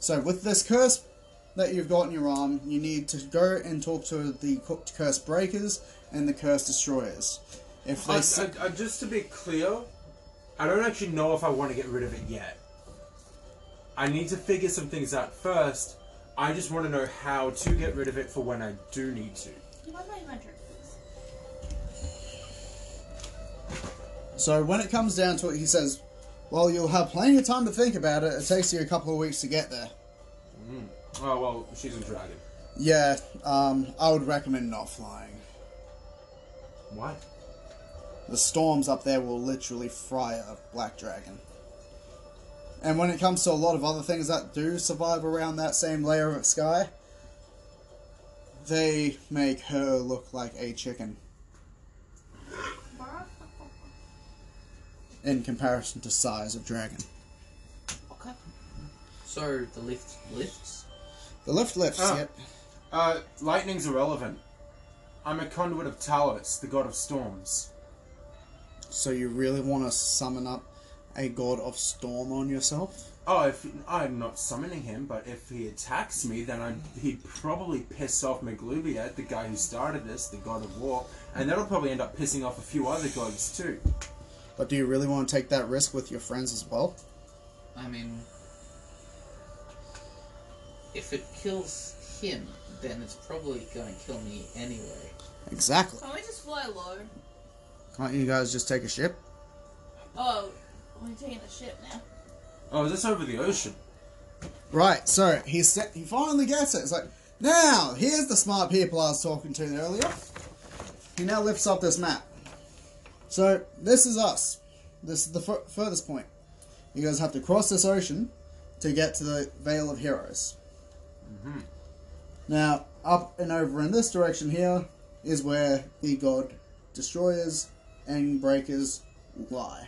[SPEAKER 2] so with this curse that you've got in your arm, you need to go and talk to the cu- curse breakers and the curse destroyers. If they
[SPEAKER 4] I,
[SPEAKER 2] s-
[SPEAKER 4] I, I, just to be clear, I don't actually know if I want to get rid of it yet. I need to figure some things out first. I just want to know how to get rid of it for when I do need to.
[SPEAKER 5] You want my drink, please?
[SPEAKER 2] So when it comes down to it, he says, "Well, you'll have plenty of time to think about it. It takes you a couple of weeks to get there."
[SPEAKER 4] Oh well, she's a dragon.
[SPEAKER 2] Yeah, um, I would recommend not flying.
[SPEAKER 4] What?
[SPEAKER 2] The storms up there will literally fry a black dragon. And when it comes to a lot of other things that do survive around that same layer of sky, they make her look like a chicken in comparison to size of dragon.
[SPEAKER 3] Okay. So the lift lifts.
[SPEAKER 2] The lift lifts.
[SPEAKER 4] Ah.
[SPEAKER 2] Yep.
[SPEAKER 4] Uh, lightning's irrelevant. I'm a conduit of Talos, the god of storms.
[SPEAKER 2] So you really want to summon up a god of storm on yourself?
[SPEAKER 4] Oh, if I'm not summoning him, but if he attacks me, then I'm, he'd probably piss off Maglubiad, the guy who started this, the god of war, and that'll probably end up pissing off a few other gods too.
[SPEAKER 2] But do you really want to take that risk with your friends as well?
[SPEAKER 3] I mean, if it kills him, then it's probably going to kill me anyway.
[SPEAKER 2] Exactly.
[SPEAKER 5] Can't we just fly low?
[SPEAKER 2] Can't you guys just take a ship?
[SPEAKER 5] Oh, we're taking the ship now.
[SPEAKER 4] Oh, is this over the ocean?
[SPEAKER 2] Right. So he sa- he finally gets it. It's like now here's the smart people I was talking to earlier. He now lifts up this map. So this is us. This is the fu- furthest point. You guys have to cross this ocean to get to the Vale of Heroes.
[SPEAKER 3] Mm-hmm.
[SPEAKER 2] Now up and over in this direction here is where the god destroyers and breakers lie.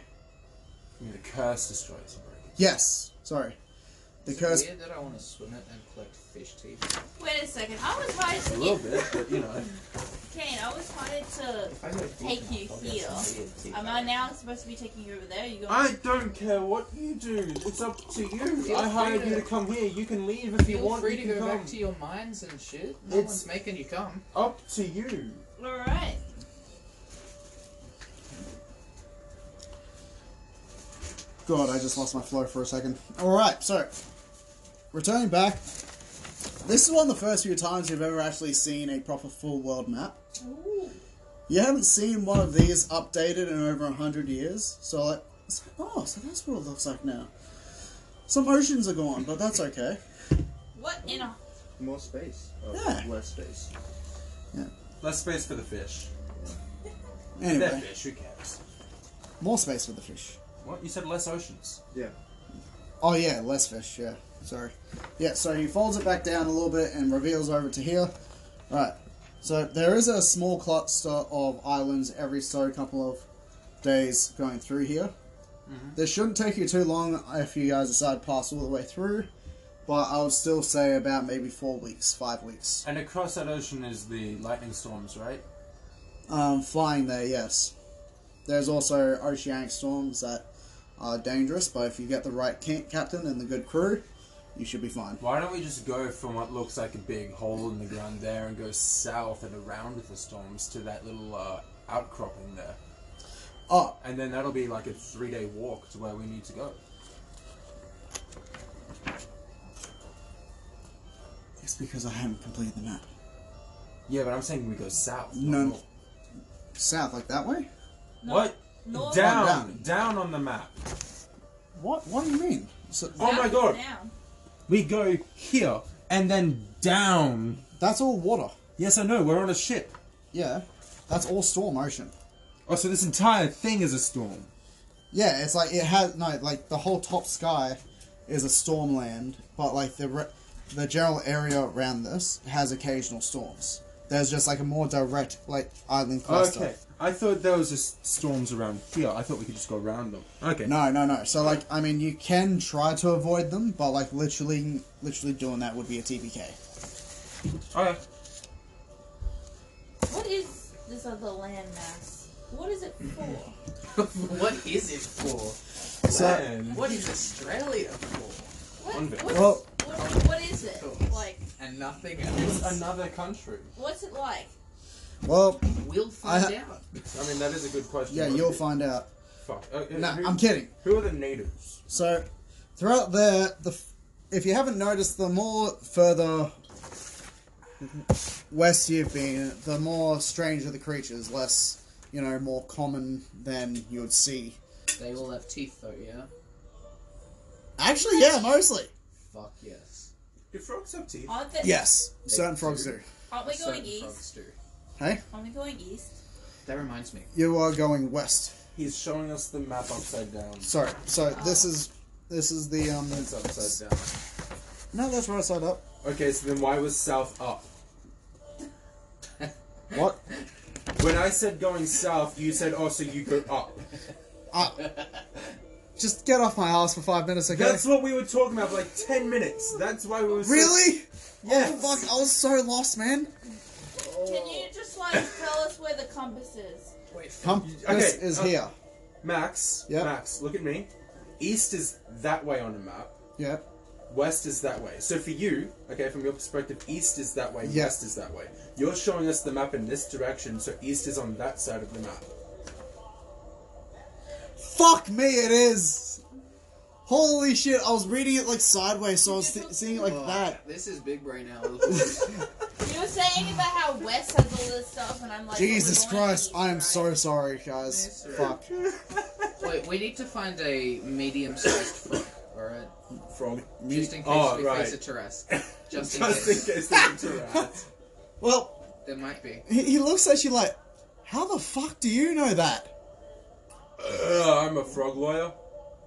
[SPEAKER 4] I mean, the curse destroys the
[SPEAKER 2] Yes. Sorry. The
[SPEAKER 3] Is it
[SPEAKER 2] curse
[SPEAKER 3] weird that I want to swim it and collect fish teeth?
[SPEAKER 5] Wait a second. I was hired
[SPEAKER 4] A
[SPEAKER 5] to
[SPEAKER 4] little
[SPEAKER 5] get
[SPEAKER 4] bit, but you know.
[SPEAKER 5] Kane. I was hired to.
[SPEAKER 3] If I go deep
[SPEAKER 5] Take
[SPEAKER 3] enough,
[SPEAKER 5] you
[SPEAKER 3] I'll get some
[SPEAKER 5] here.
[SPEAKER 3] weird teeth.
[SPEAKER 5] Am I now supposed to be taking you over there? You go.
[SPEAKER 4] I don't care what you do. It's up to you.
[SPEAKER 3] Feel
[SPEAKER 4] I hired
[SPEAKER 3] free
[SPEAKER 4] you
[SPEAKER 3] to-
[SPEAKER 4] to come here. You can leave if you
[SPEAKER 3] Feel
[SPEAKER 4] want.
[SPEAKER 3] free
[SPEAKER 4] you
[SPEAKER 3] to
[SPEAKER 4] can
[SPEAKER 3] go
[SPEAKER 4] come.
[SPEAKER 3] back to your mines and shit. No
[SPEAKER 4] It's-
[SPEAKER 3] one's making you come.
[SPEAKER 4] Up to you.
[SPEAKER 5] All right.
[SPEAKER 2] God, I just lost my flow for a second. Alright, so, returning back. This is one of the first few times you've ever actually seen a proper full world map.
[SPEAKER 5] Ooh.
[SPEAKER 2] You haven't seen one of these updated in over a hundred years, so like, it's like, oh, so that's what it looks like now. Some oceans are gone, but that's okay.
[SPEAKER 5] What in a
[SPEAKER 1] More space. Oh,
[SPEAKER 2] Yeah.
[SPEAKER 1] Less space.
[SPEAKER 4] Less space for the fish. They're
[SPEAKER 2] Anyway,
[SPEAKER 4] fish, who cares?
[SPEAKER 2] more space for the fish.
[SPEAKER 4] What? You said less oceans.
[SPEAKER 1] Yeah.
[SPEAKER 2] Oh yeah, less fish. Yeah, sorry. Yeah, so he folds it back down a little bit and reveals over to here. Right. So there is a small cluster of islands every so couple of days going through here. This shouldn't take you too long if you guys decide to pass all the way through, but I would still say about maybe four weeks, five weeks.
[SPEAKER 4] And across that ocean is the lightning storms, right?
[SPEAKER 2] Um, flying there, yes. There's also oceanic storms that are dangerous, but if you get the right ca- captain and the good crew, you should be fine.
[SPEAKER 4] Why don't we just go from what looks like a big hole in the ground there and go south and around the storms to that little uh, outcropping there?
[SPEAKER 2] Oh,
[SPEAKER 4] And then that'll be like a three day walk to where we need to go.
[SPEAKER 2] It's because I haven't completed the map.
[SPEAKER 4] Yeah, but I'm saying we go south. not
[SPEAKER 2] No.
[SPEAKER 4] north.
[SPEAKER 2] South, like that way?
[SPEAKER 5] No.
[SPEAKER 4] What?
[SPEAKER 5] North.
[SPEAKER 4] Down,
[SPEAKER 2] Down.
[SPEAKER 4] down, on the map.
[SPEAKER 2] What? What do you mean? So,
[SPEAKER 4] Oh my god.
[SPEAKER 5] Down.
[SPEAKER 4] We go here and then down.
[SPEAKER 2] that's all water.
[SPEAKER 4] Yes, I know, we're on a ship.
[SPEAKER 2] Yeah, that's all storm ocean.
[SPEAKER 4] Oh, so this entire thing is a storm.
[SPEAKER 2] Yeah, it's like it has no like the whole top sky is a stormland, but like the re- the general area around this has occasional storms. There's just like a more direct like island cluster.
[SPEAKER 4] Okay. I thought there was just storms around here. I thought we could just go around them. Okay.
[SPEAKER 2] No, no, no. So like I mean, you can try to avoid them, but like literally, literally doing that would be a TPK.
[SPEAKER 4] Okay.
[SPEAKER 5] What is this other landmass? What is it for?
[SPEAKER 3] what is it for?
[SPEAKER 2] So
[SPEAKER 4] And-
[SPEAKER 3] What is Australia for?
[SPEAKER 5] What,
[SPEAKER 4] One bit.
[SPEAKER 5] what's-
[SPEAKER 2] Well-
[SPEAKER 5] what, what is it? Like,
[SPEAKER 3] And nothing
[SPEAKER 4] It's
[SPEAKER 3] else.
[SPEAKER 4] another country.
[SPEAKER 5] what's it like?
[SPEAKER 2] well,
[SPEAKER 3] We'll find
[SPEAKER 2] I-
[SPEAKER 3] out.
[SPEAKER 4] I mean, that is a good question.
[SPEAKER 2] yeah,
[SPEAKER 4] but-
[SPEAKER 2] you'll find out.
[SPEAKER 4] Fuck. Uh, uh,
[SPEAKER 2] No,
[SPEAKER 4] who-
[SPEAKER 2] I'm kidding.
[SPEAKER 4] Who are the natives?
[SPEAKER 2] So, throughout there, the f- if you haven't noticed, the more further west you've been, the more stranger the creatures, less you know, more common than you would see.
[SPEAKER 3] They all have teeth though, yeah?
[SPEAKER 2] Actually, yeah, mostly.
[SPEAKER 3] Fuck yes.
[SPEAKER 4] Do frogs have teeth?
[SPEAKER 5] Aren't, they,
[SPEAKER 2] Yes, certain frogs do.
[SPEAKER 5] aren't we going
[SPEAKER 3] Certain
[SPEAKER 5] east?
[SPEAKER 3] frogs do.
[SPEAKER 2] Hey,
[SPEAKER 5] Aren't we going east?
[SPEAKER 3] That reminds me.
[SPEAKER 2] you are going west.
[SPEAKER 4] He's showing us the map upside down.
[SPEAKER 2] Sorry. So this is this is the um.
[SPEAKER 4] That's upside down.
[SPEAKER 2] No, that's right side up.
[SPEAKER 4] Okay, so then why was south up?
[SPEAKER 2] What?
[SPEAKER 4] When I said going south, you said, oh, so you go up.
[SPEAKER 2] Uh, just get off my ass for five minutes, okay?
[SPEAKER 4] That's what we were talking about for like 10 minutes. That's why we were so-
[SPEAKER 2] really?
[SPEAKER 4] Yes.
[SPEAKER 2] Oh fuck! I was so lost, man.
[SPEAKER 5] Can you just like tell us where the compass is?
[SPEAKER 3] Wait, fuck.
[SPEAKER 2] Pump
[SPEAKER 4] Okay,
[SPEAKER 2] this is
[SPEAKER 4] uh,
[SPEAKER 2] here.
[SPEAKER 4] Max,
[SPEAKER 2] Yeah.
[SPEAKER 4] Max, look at me. East is that way on the map.
[SPEAKER 2] Yeah.
[SPEAKER 4] West is that way. So for you, okay, from your perspective, east is that way,
[SPEAKER 2] Yeah.
[SPEAKER 4] west is that way. You're showing us the map in this direction, so east is on that side of the map.
[SPEAKER 2] Fuck me, it is. Holy shit! I was reading it like sideways, so I was th- seeing it like
[SPEAKER 3] Oh,
[SPEAKER 2] that.
[SPEAKER 3] This is big brain now.
[SPEAKER 5] You were saying about how West has all this stuff, and I'm like, well,
[SPEAKER 2] Jesus
[SPEAKER 5] we're going
[SPEAKER 2] Christ!
[SPEAKER 5] east,
[SPEAKER 2] I am
[SPEAKER 5] right?
[SPEAKER 2] so sorry, guys.
[SPEAKER 3] Nice.
[SPEAKER 2] Fuck.
[SPEAKER 3] Wait, we need to find a medium-sized frog. All right,
[SPEAKER 4] From
[SPEAKER 3] just in case
[SPEAKER 4] Oh,
[SPEAKER 3] we
[SPEAKER 4] right.
[SPEAKER 3] face a Tarrasque. Just in
[SPEAKER 4] Just
[SPEAKER 3] case.
[SPEAKER 4] in case they interact.
[SPEAKER 2] Well,
[SPEAKER 3] There might be.
[SPEAKER 2] he, he looks at you like, "How the fuck do you know that?"
[SPEAKER 4] Ugh, I'm a frog lawyer.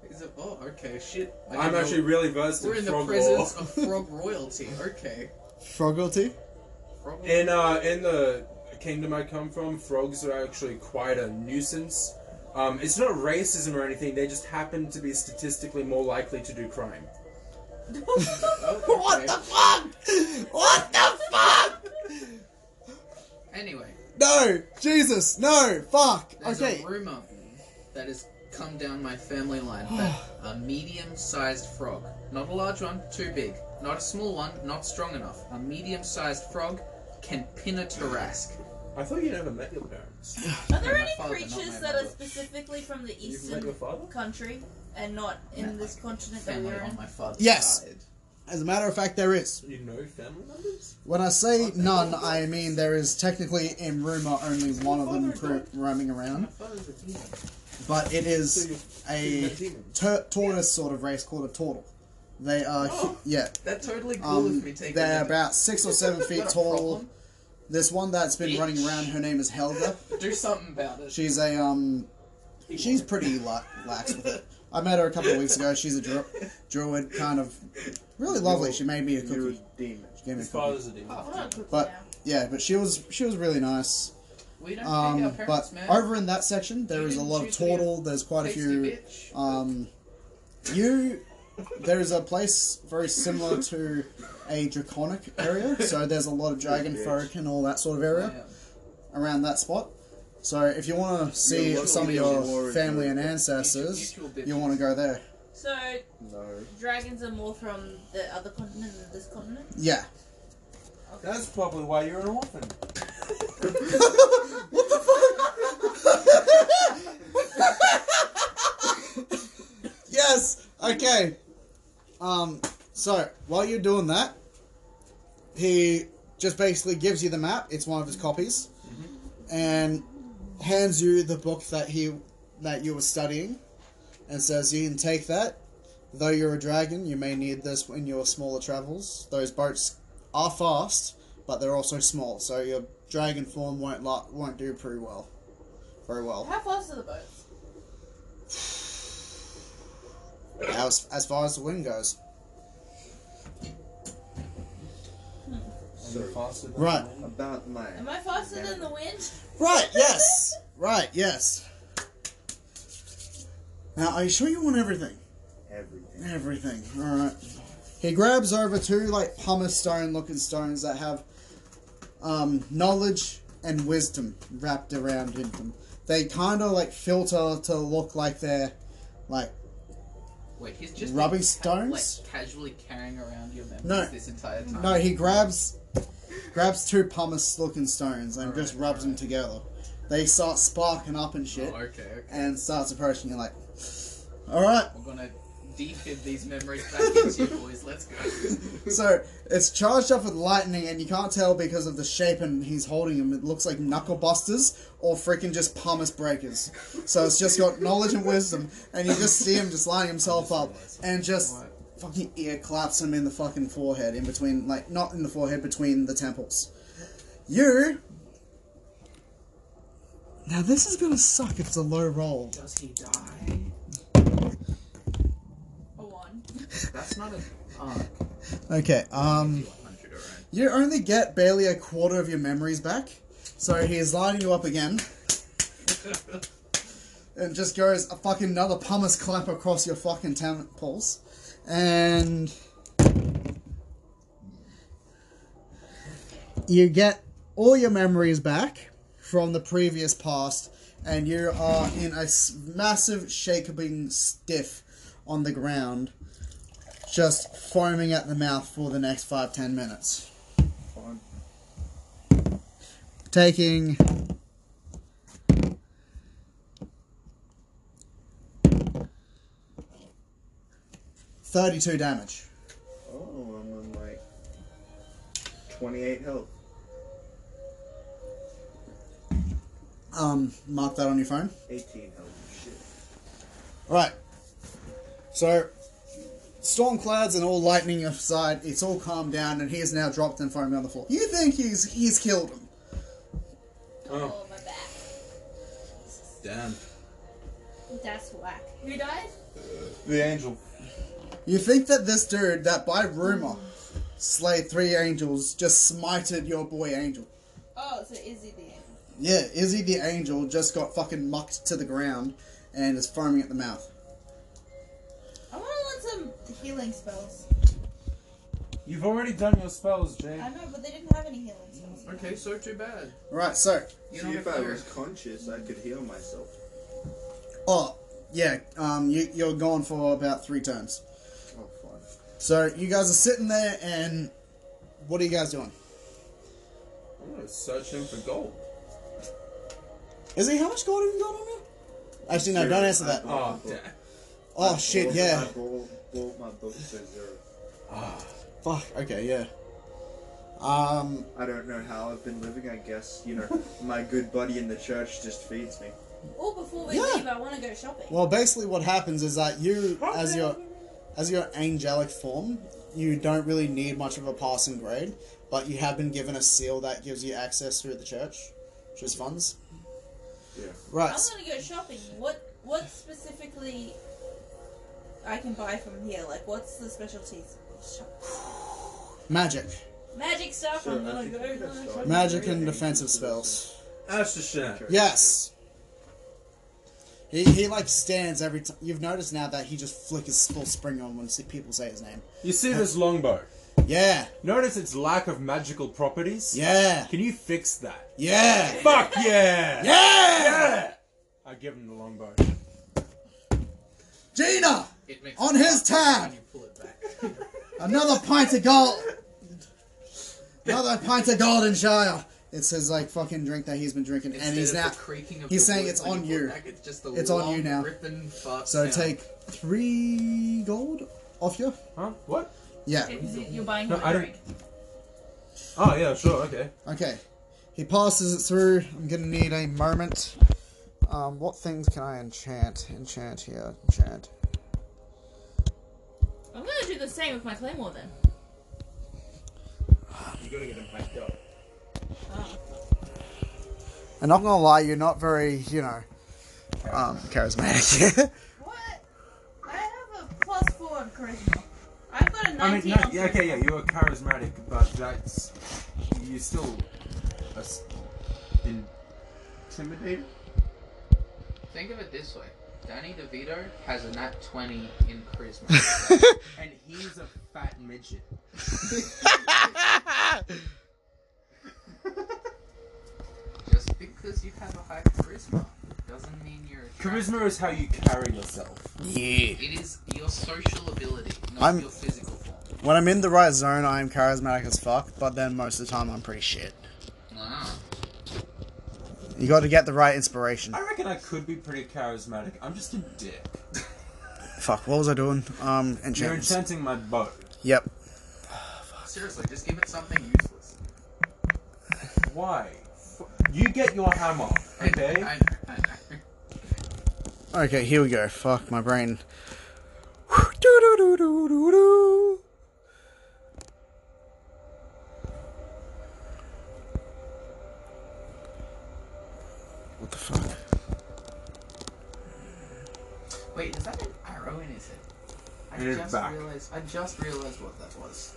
[SPEAKER 3] Is it, oh, okay, shit. I
[SPEAKER 4] I'm
[SPEAKER 3] didn't know-
[SPEAKER 4] actually really versed
[SPEAKER 3] We're
[SPEAKER 4] in
[SPEAKER 3] in the
[SPEAKER 4] frog
[SPEAKER 3] presence
[SPEAKER 4] law.
[SPEAKER 3] of frog royalty. Okay.
[SPEAKER 2] Frogglety.
[SPEAKER 3] Frog
[SPEAKER 4] In uh, in the kingdom I come from, frogs are actually quite a nuisance. Um, it's not racism or anything. They just happen to be statistically more likely to do crime.
[SPEAKER 3] Oh,
[SPEAKER 2] What
[SPEAKER 3] okay.
[SPEAKER 2] the fuck? What the fuck?
[SPEAKER 3] Anyway,
[SPEAKER 2] No, Jesus, no, fuck.
[SPEAKER 3] there's
[SPEAKER 2] Okay.
[SPEAKER 3] a rumor that has come down my family line that a medium-sized frog, not a large one, too big, not a small one, not strong enough, a medium-sized frog can pin a Tarrasque.
[SPEAKER 4] I thought you never met your parents.
[SPEAKER 5] Are there
[SPEAKER 3] My
[SPEAKER 5] any
[SPEAKER 3] father, not
[SPEAKER 5] creatures
[SPEAKER 3] my
[SPEAKER 5] that are
[SPEAKER 3] mother.
[SPEAKER 5] specifically from the
[SPEAKER 4] You've met your
[SPEAKER 5] eastern
[SPEAKER 4] father.
[SPEAKER 5] country and not in
[SPEAKER 3] Met,
[SPEAKER 5] this
[SPEAKER 3] like,
[SPEAKER 5] continent that
[SPEAKER 3] Family
[SPEAKER 5] we're
[SPEAKER 3] on
[SPEAKER 5] in?
[SPEAKER 3] my father's
[SPEAKER 2] Yes.
[SPEAKER 3] side.
[SPEAKER 2] As a matter of fact, there is.
[SPEAKER 4] You know family members?
[SPEAKER 2] When I say none, I mean there is technically in rumor only one of them cr- roaming around,
[SPEAKER 3] My father's a demon.
[SPEAKER 2] but it
[SPEAKER 4] So
[SPEAKER 2] is
[SPEAKER 4] you-
[SPEAKER 2] a tur tortoise sort of race called a turtle. They are, hu-
[SPEAKER 3] Oh.
[SPEAKER 2] yeah,
[SPEAKER 3] That totally cool
[SPEAKER 2] um,
[SPEAKER 3] of me taking
[SPEAKER 2] they're
[SPEAKER 3] it.
[SPEAKER 2] about six or seven feet
[SPEAKER 3] Not a
[SPEAKER 2] tall.
[SPEAKER 3] problem.
[SPEAKER 2] There's one that's been
[SPEAKER 3] Bitch.
[SPEAKER 2] running around. Her name is Helga.
[SPEAKER 3] Do something about it.
[SPEAKER 2] She's a um, she's pretty la- lax with it. I met her a couple of weeks ago. She's a dru- druid, kind of really lovely. She made me a
[SPEAKER 1] You're a
[SPEAKER 2] cookie.
[SPEAKER 1] demon.
[SPEAKER 2] She gave me a
[SPEAKER 4] His
[SPEAKER 2] cookie.
[SPEAKER 4] father's a demon.
[SPEAKER 5] We're not cooking
[SPEAKER 2] But
[SPEAKER 5] now.
[SPEAKER 2] yeah, but she was she was really nice.
[SPEAKER 3] we don't take our
[SPEAKER 2] Um,
[SPEAKER 3] parents,
[SPEAKER 2] but
[SPEAKER 3] man.
[SPEAKER 2] over in that section, there is a lot of
[SPEAKER 3] Choose to be a
[SPEAKER 2] turtle. There's quite a
[SPEAKER 3] Tasty
[SPEAKER 2] few.
[SPEAKER 3] bitch.
[SPEAKER 2] Um, you there is a place very similar to a draconic area. So there's a lot of dragon
[SPEAKER 1] Bitch.
[SPEAKER 2] folk and all that sort of area
[SPEAKER 3] Yeah.
[SPEAKER 2] around that spot. So if you want to see
[SPEAKER 1] lucky
[SPEAKER 2] some of
[SPEAKER 1] you're
[SPEAKER 2] your
[SPEAKER 1] warrior.
[SPEAKER 2] family and
[SPEAKER 3] You
[SPEAKER 2] ancestors,
[SPEAKER 3] should- you should be a
[SPEAKER 2] you want to go there.
[SPEAKER 5] So
[SPEAKER 1] No.
[SPEAKER 5] dragons are more from the other continent than this continent.
[SPEAKER 2] Yeah.
[SPEAKER 4] That's probably why you're an orphan.
[SPEAKER 2] What the fuck? yes. Okay. Um. So while you're doing that, he just basically gives you the map. It's one of his copies, and hands you the book that he that you were studying, and says you can take that. Though you're a dragon, you may need this in your smaller travels. Those boats are fast, but they're also small, so your dragon form won't la- won't do pretty well. Very well.
[SPEAKER 5] How fast are the boats?
[SPEAKER 2] As, as far as the wind goes.
[SPEAKER 4] And you're faster than
[SPEAKER 2] Right.
[SPEAKER 4] me.
[SPEAKER 1] About my.
[SPEAKER 5] Am I faster than the wind?
[SPEAKER 2] Right, yes! Right, yes. Now, are you sure you want everything?
[SPEAKER 1] Everything.
[SPEAKER 2] Everything. Alright. He grabs over two, like, pumice stone looking stones that have um, knowledge and wisdom wrapped around in them. They kind of, like, filter to look like they're, like,
[SPEAKER 3] Wait, he's just
[SPEAKER 2] Rubbing
[SPEAKER 3] been
[SPEAKER 2] stones?
[SPEAKER 3] like casually carrying around your memories
[SPEAKER 2] No.
[SPEAKER 3] this entire time.
[SPEAKER 2] No, he grabs grabs two pumice looking stones and
[SPEAKER 3] Alright,
[SPEAKER 2] just rubs them
[SPEAKER 3] alright.
[SPEAKER 2] together. They start sparking up and
[SPEAKER 3] Oh,
[SPEAKER 2] shit
[SPEAKER 3] okay, okay.
[SPEAKER 2] and starts approaching you like Alright.
[SPEAKER 3] We're gonna defib these memories back into you, boys. Let's go.
[SPEAKER 2] So it's charged up with lightning and you can't tell because of the shape and he's holding them. It looks like knuckle busters or freaking just pumice breakers. So it's just got knowledge and wisdom and you just see him just lining himself up and just
[SPEAKER 3] What?
[SPEAKER 2] fucking ear claps him in the fucking forehead, in between, like, not in the forehead, between the temples. You. Now, this is gonna suck if it's a low roll.
[SPEAKER 3] Does he die?
[SPEAKER 5] A one.
[SPEAKER 3] That's not a. Oh,
[SPEAKER 2] Okay, um.
[SPEAKER 3] 100,
[SPEAKER 2] You only get barely a quarter of your memories back, so he is lining you up again.
[SPEAKER 3] alright.
[SPEAKER 2] and just goes a fucking another pumice clap across your fucking temples, and you get all your memories back from the previous past, and you are in a s- massive shaking stiff on the ground, just foaming at the mouth for the next five ten minutes,
[SPEAKER 1] Fine.
[SPEAKER 2] taking. Thirty-two damage.
[SPEAKER 1] Oh, I'm on like 28 health.
[SPEAKER 2] Um, mark that on your phone.
[SPEAKER 1] 18 health. Shit.
[SPEAKER 2] Right. So, storm clouds and all lightning aside, it's all calmed down, and he is now dropped and foaming on the floor. You think he's he's killed him?
[SPEAKER 5] Oh,
[SPEAKER 4] Oh.
[SPEAKER 5] my back.
[SPEAKER 4] Damn.
[SPEAKER 5] That's whack. Who died?
[SPEAKER 4] The angel.
[SPEAKER 2] You think that this dude that by rumor slayed three angels just smited your boy angel?
[SPEAKER 5] Oh, so Izzy the end.
[SPEAKER 2] Yeah, Izzy the angel just got fucking mucked to the ground and is foaming at the mouth.
[SPEAKER 5] I want to learn some healing spells.
[SPEAKER 4] You've already done your spells, Jake.
[SPEAKER 5] I know, but they didn't have any healing spells.
[SPEAKER 3] Okay, so too bad.
[SPEAKER 2] Right. So,
[SPEAKER 3] You
[SPEAKER 1] See,
[SPEAKER 3] know
[SPEAKER 1] if I was conscious, I could heal myself.
[SPEAKER 2] oh yeah, um, you, you're gone for about three turns.
[SPEAKER 1] Oh, fine.
[SPEAKER 2] So you guys are sitting there, and what are you guys doing?
[SPEAKER 4] I'm gonna search him for gold.
[SPEAKER 2] Is he how much gold have you got on him? Actually, no, don't answer that.
[SPEAKER 4] Oh, Ah, damn.
[SPEAKER 2] Oh shit, yeah.
[SPEAKER 1] I bought, bought my books for zero.
[SPEAKER 4] Ah.
[SPEAKER 2] Fuck. Okay. Yeah. Um.
[SPEAKER 1] I don't know how I've been living. I guess you know my good buddy in the church just feeds me.
[SPEAKER 5] Or before we
[SPEAKER 2] Yeah.
[SPEAKER 5] leave, I want to go shopping.
[SPEAKER 2] Well, basically, what happens is that you, as your, as your angelic form, you don't really need much of a passing grade, but you have been given a seal that gives you access through the church, which is funds.
[SPEAKER 1] Yeah.
[SPEAKER 5] I
[SPEAKER 2] Right.
[SPEAKER 5] want to go shopping. What what specifically I can buy from here? Like, what's the specialties? Shop-
[SPEAKER 2] Magic.
[SPEAKER 5] Magic stuff.
[SPEAKER 1] Sure,
[SPEAKER 5] I'm
[SPEAKER 1] I
[SPEAKER 5] gonna
[SPEAKER 1] think
[SPEAKER 5] go.
[SPEAKER 1] we can start.
[SPEAKER 5] shopping.
[SPEAKER 2] Magic
[SPEAKER 1] Really?
[SPEAKER 2] and defensive spells.
[SPEAKER 4] That's the shit.
[SPEAKER 2] Yes. He, he like stands every time. You've noticed now that he just flickers full spring on when s- people say his name.
[SPEAKER 4] You see this longbow?
[SPEAKER 2] Yeah,
[SPEAKER 4] Notice its lack of magical properties?
[SPEAKER 2] yeah,
[SPEAKER 4] Can you fix that?
[SPEAKER 2] yeah,
[SPEAKER 4] Fuck yeah!
[SPEAKER 2] yeah.
[SPEAKER 4] I give him the longbow.
[SPEAKER 2] Gina,
[SPEAKER 3] It makes
[SPEAKER 2] On
[SPEAKER 3] it
[SPEAKER 2] his
[SPEAKER 3] awkward
[SPEAKER 2] tab!
[SPEAKER 3] When you pull it back.
[SPEAKER 2] another pint of gold. Another pint of golden shire. It's his like fucking drink that he's been drinking,
[SPEAKER 3] Instead
[SPEAKER 2] and he's
[SPEAKER 3] of
[SPEAKER 2] now.
[SPEAKER 3] the creaking of
[SPEAKER 2] he's
[SPEAKER 3] the
[SPEAKER 2] saying
[SPEAKER 3] wood
[SPEAKER 2] it's
[SPEAKER 3] when
[SPEAKER 2] on
[SPEAKER 3] pull it
[SPEAKER 2] you.
[SPEAKER 3] Back, it's just the
[SPEAKER 2] It's on
[SPEAKER 3] long,
[SPEAKER 2] you now.
[SPEAKER 3] ripping fart
[SPEAKER 2] So
[SPEAKER 3] sound.
[SPEAKER 2] take three gold off you.
[SPEAKER 4] Huh? What?
[SPEAKER 2] Yeah.
[SPEAKER 5] Is it- You're buying
[SPEAKER 4] No,
[SPEAKER 5] my
[SPEAKER 4] I don't-
[SPEAKER 5] drink.
[SPEAKER 4] Oh, yeah, sure, okay.
[SPEAKER 2] Okay. He passes it through. I'm gonna need a moment. Um, what things can I enchant? Enchant here. Enchant.
[SPEAKER 5] I'm gonna do the same with my claymore then.
[SPEAKER 4] You gotta get him hyped up.
[SPEAKER 2] And not gonna lie, you're not very, you know, um, charismatic.
[SPEAKER 5] What? I have a plus four on charisma. I've got a 19
[SPEAKER 4] I mean, no,
[SPEAKER 5] on
[SPEAKER 4] yeah, okay, yeah, you're charismatic, but that's. You're still. A, s- in,
[SPEAKER 1] Intimidated?
[SPEAKER 3] Think of it this way. Danny DeVito has a nat 20 in charisma.
[SPEAKER 4] and he's a fat midget.
[SPEAKER 3] Just because you have a high charisma doesn't mean you're attractive.
[SPEAKER 4] Charisma is how you carry yourself.
[SPEAKER 2] yeah.
[SPEAKER 3] It is your social ability, not
[SPEAKER 2] I'm-
[SPEAKER 3] your physical form.
[SPEAKER 2] When I'm in the right zone, I'm charismatic as fuck. But then most of the time, I'm pretty shit.
[SPEAKER 3] Ah.
[SPEAKER 2] You got to get the right inspiration.
[SPEAKER 4] I reckon I could be pretty charismatic. I'm just a dick.
[SPEAKER 2] Fuck. What was I doing? Um,
[SPEAKER 4] You're
[SPEAKER 2] enchantments.
[SPEAKER 4] enchanting my bow.
[SPEAKER 2] Yep.
[SPEAKER 3] Seriously, just give it something useless.
[SPEAKER 4] Why? F- You get your hammer, okay?
[SPEAKER 3] I, I, I, I,
[SPEAKER 2] Okay, here we go. Fuck my brain. Doo-doo-doo-doo-doo-doo. What the fuck?
[SPEAKER 3] Wait, is that an arrow in his head? I
[SPEAKER 4] In his
[SPEAKER 3] just
[SPEAKER 4] back.
[SPEAKER 3] realized. I just realized what that was.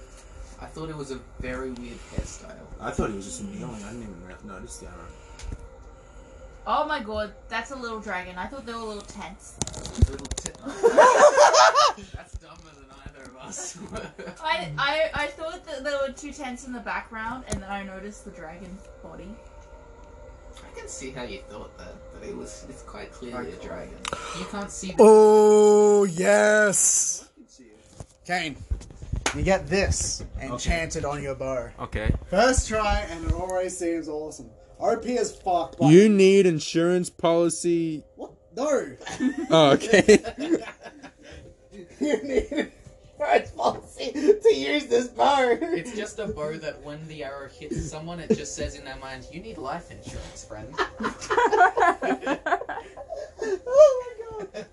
[SPEAKER 3] I thought it was a very weird hairstyle.
[SPEAKER 4] I thought he was just kneeling. I didn't even re- notice the arrow.
[SPEAKER 5] Oh my god, that's a little dragon. I thought they were little tents.
[SPEAKER 3] Little tip. That's dumber than either of us. were.
[SPEAKER 5] I, I, I thought that there were two tents in the background, and then I noticed the dragon's body.
[SPEAKER 3] I can see how you thought that, but it was it's quite clearly a dragon. You can't see the
[SPEAKER 2] Oh yes,
[SPEAKER 1] I can see it.
[SPEAKER 2] Kane. You get this enchanted on your bow.
[SPEAKER 4] Okay.
[SPEAKER 2] First try, and it already seems awesome. OP as fuck. But
[SPEAKER 4] need insurance policy.
[SPEAKER 2] what? No.
[SPEAKER 4] Oh, okay.
[SPEAKER 2] you need insurance policy to use this bow.
[SPEAKER 3] It's just a bow that when the arrow hits someone, it just says in their mind, "You need life insurance, friend."
[SPEAKER 2] oh my god.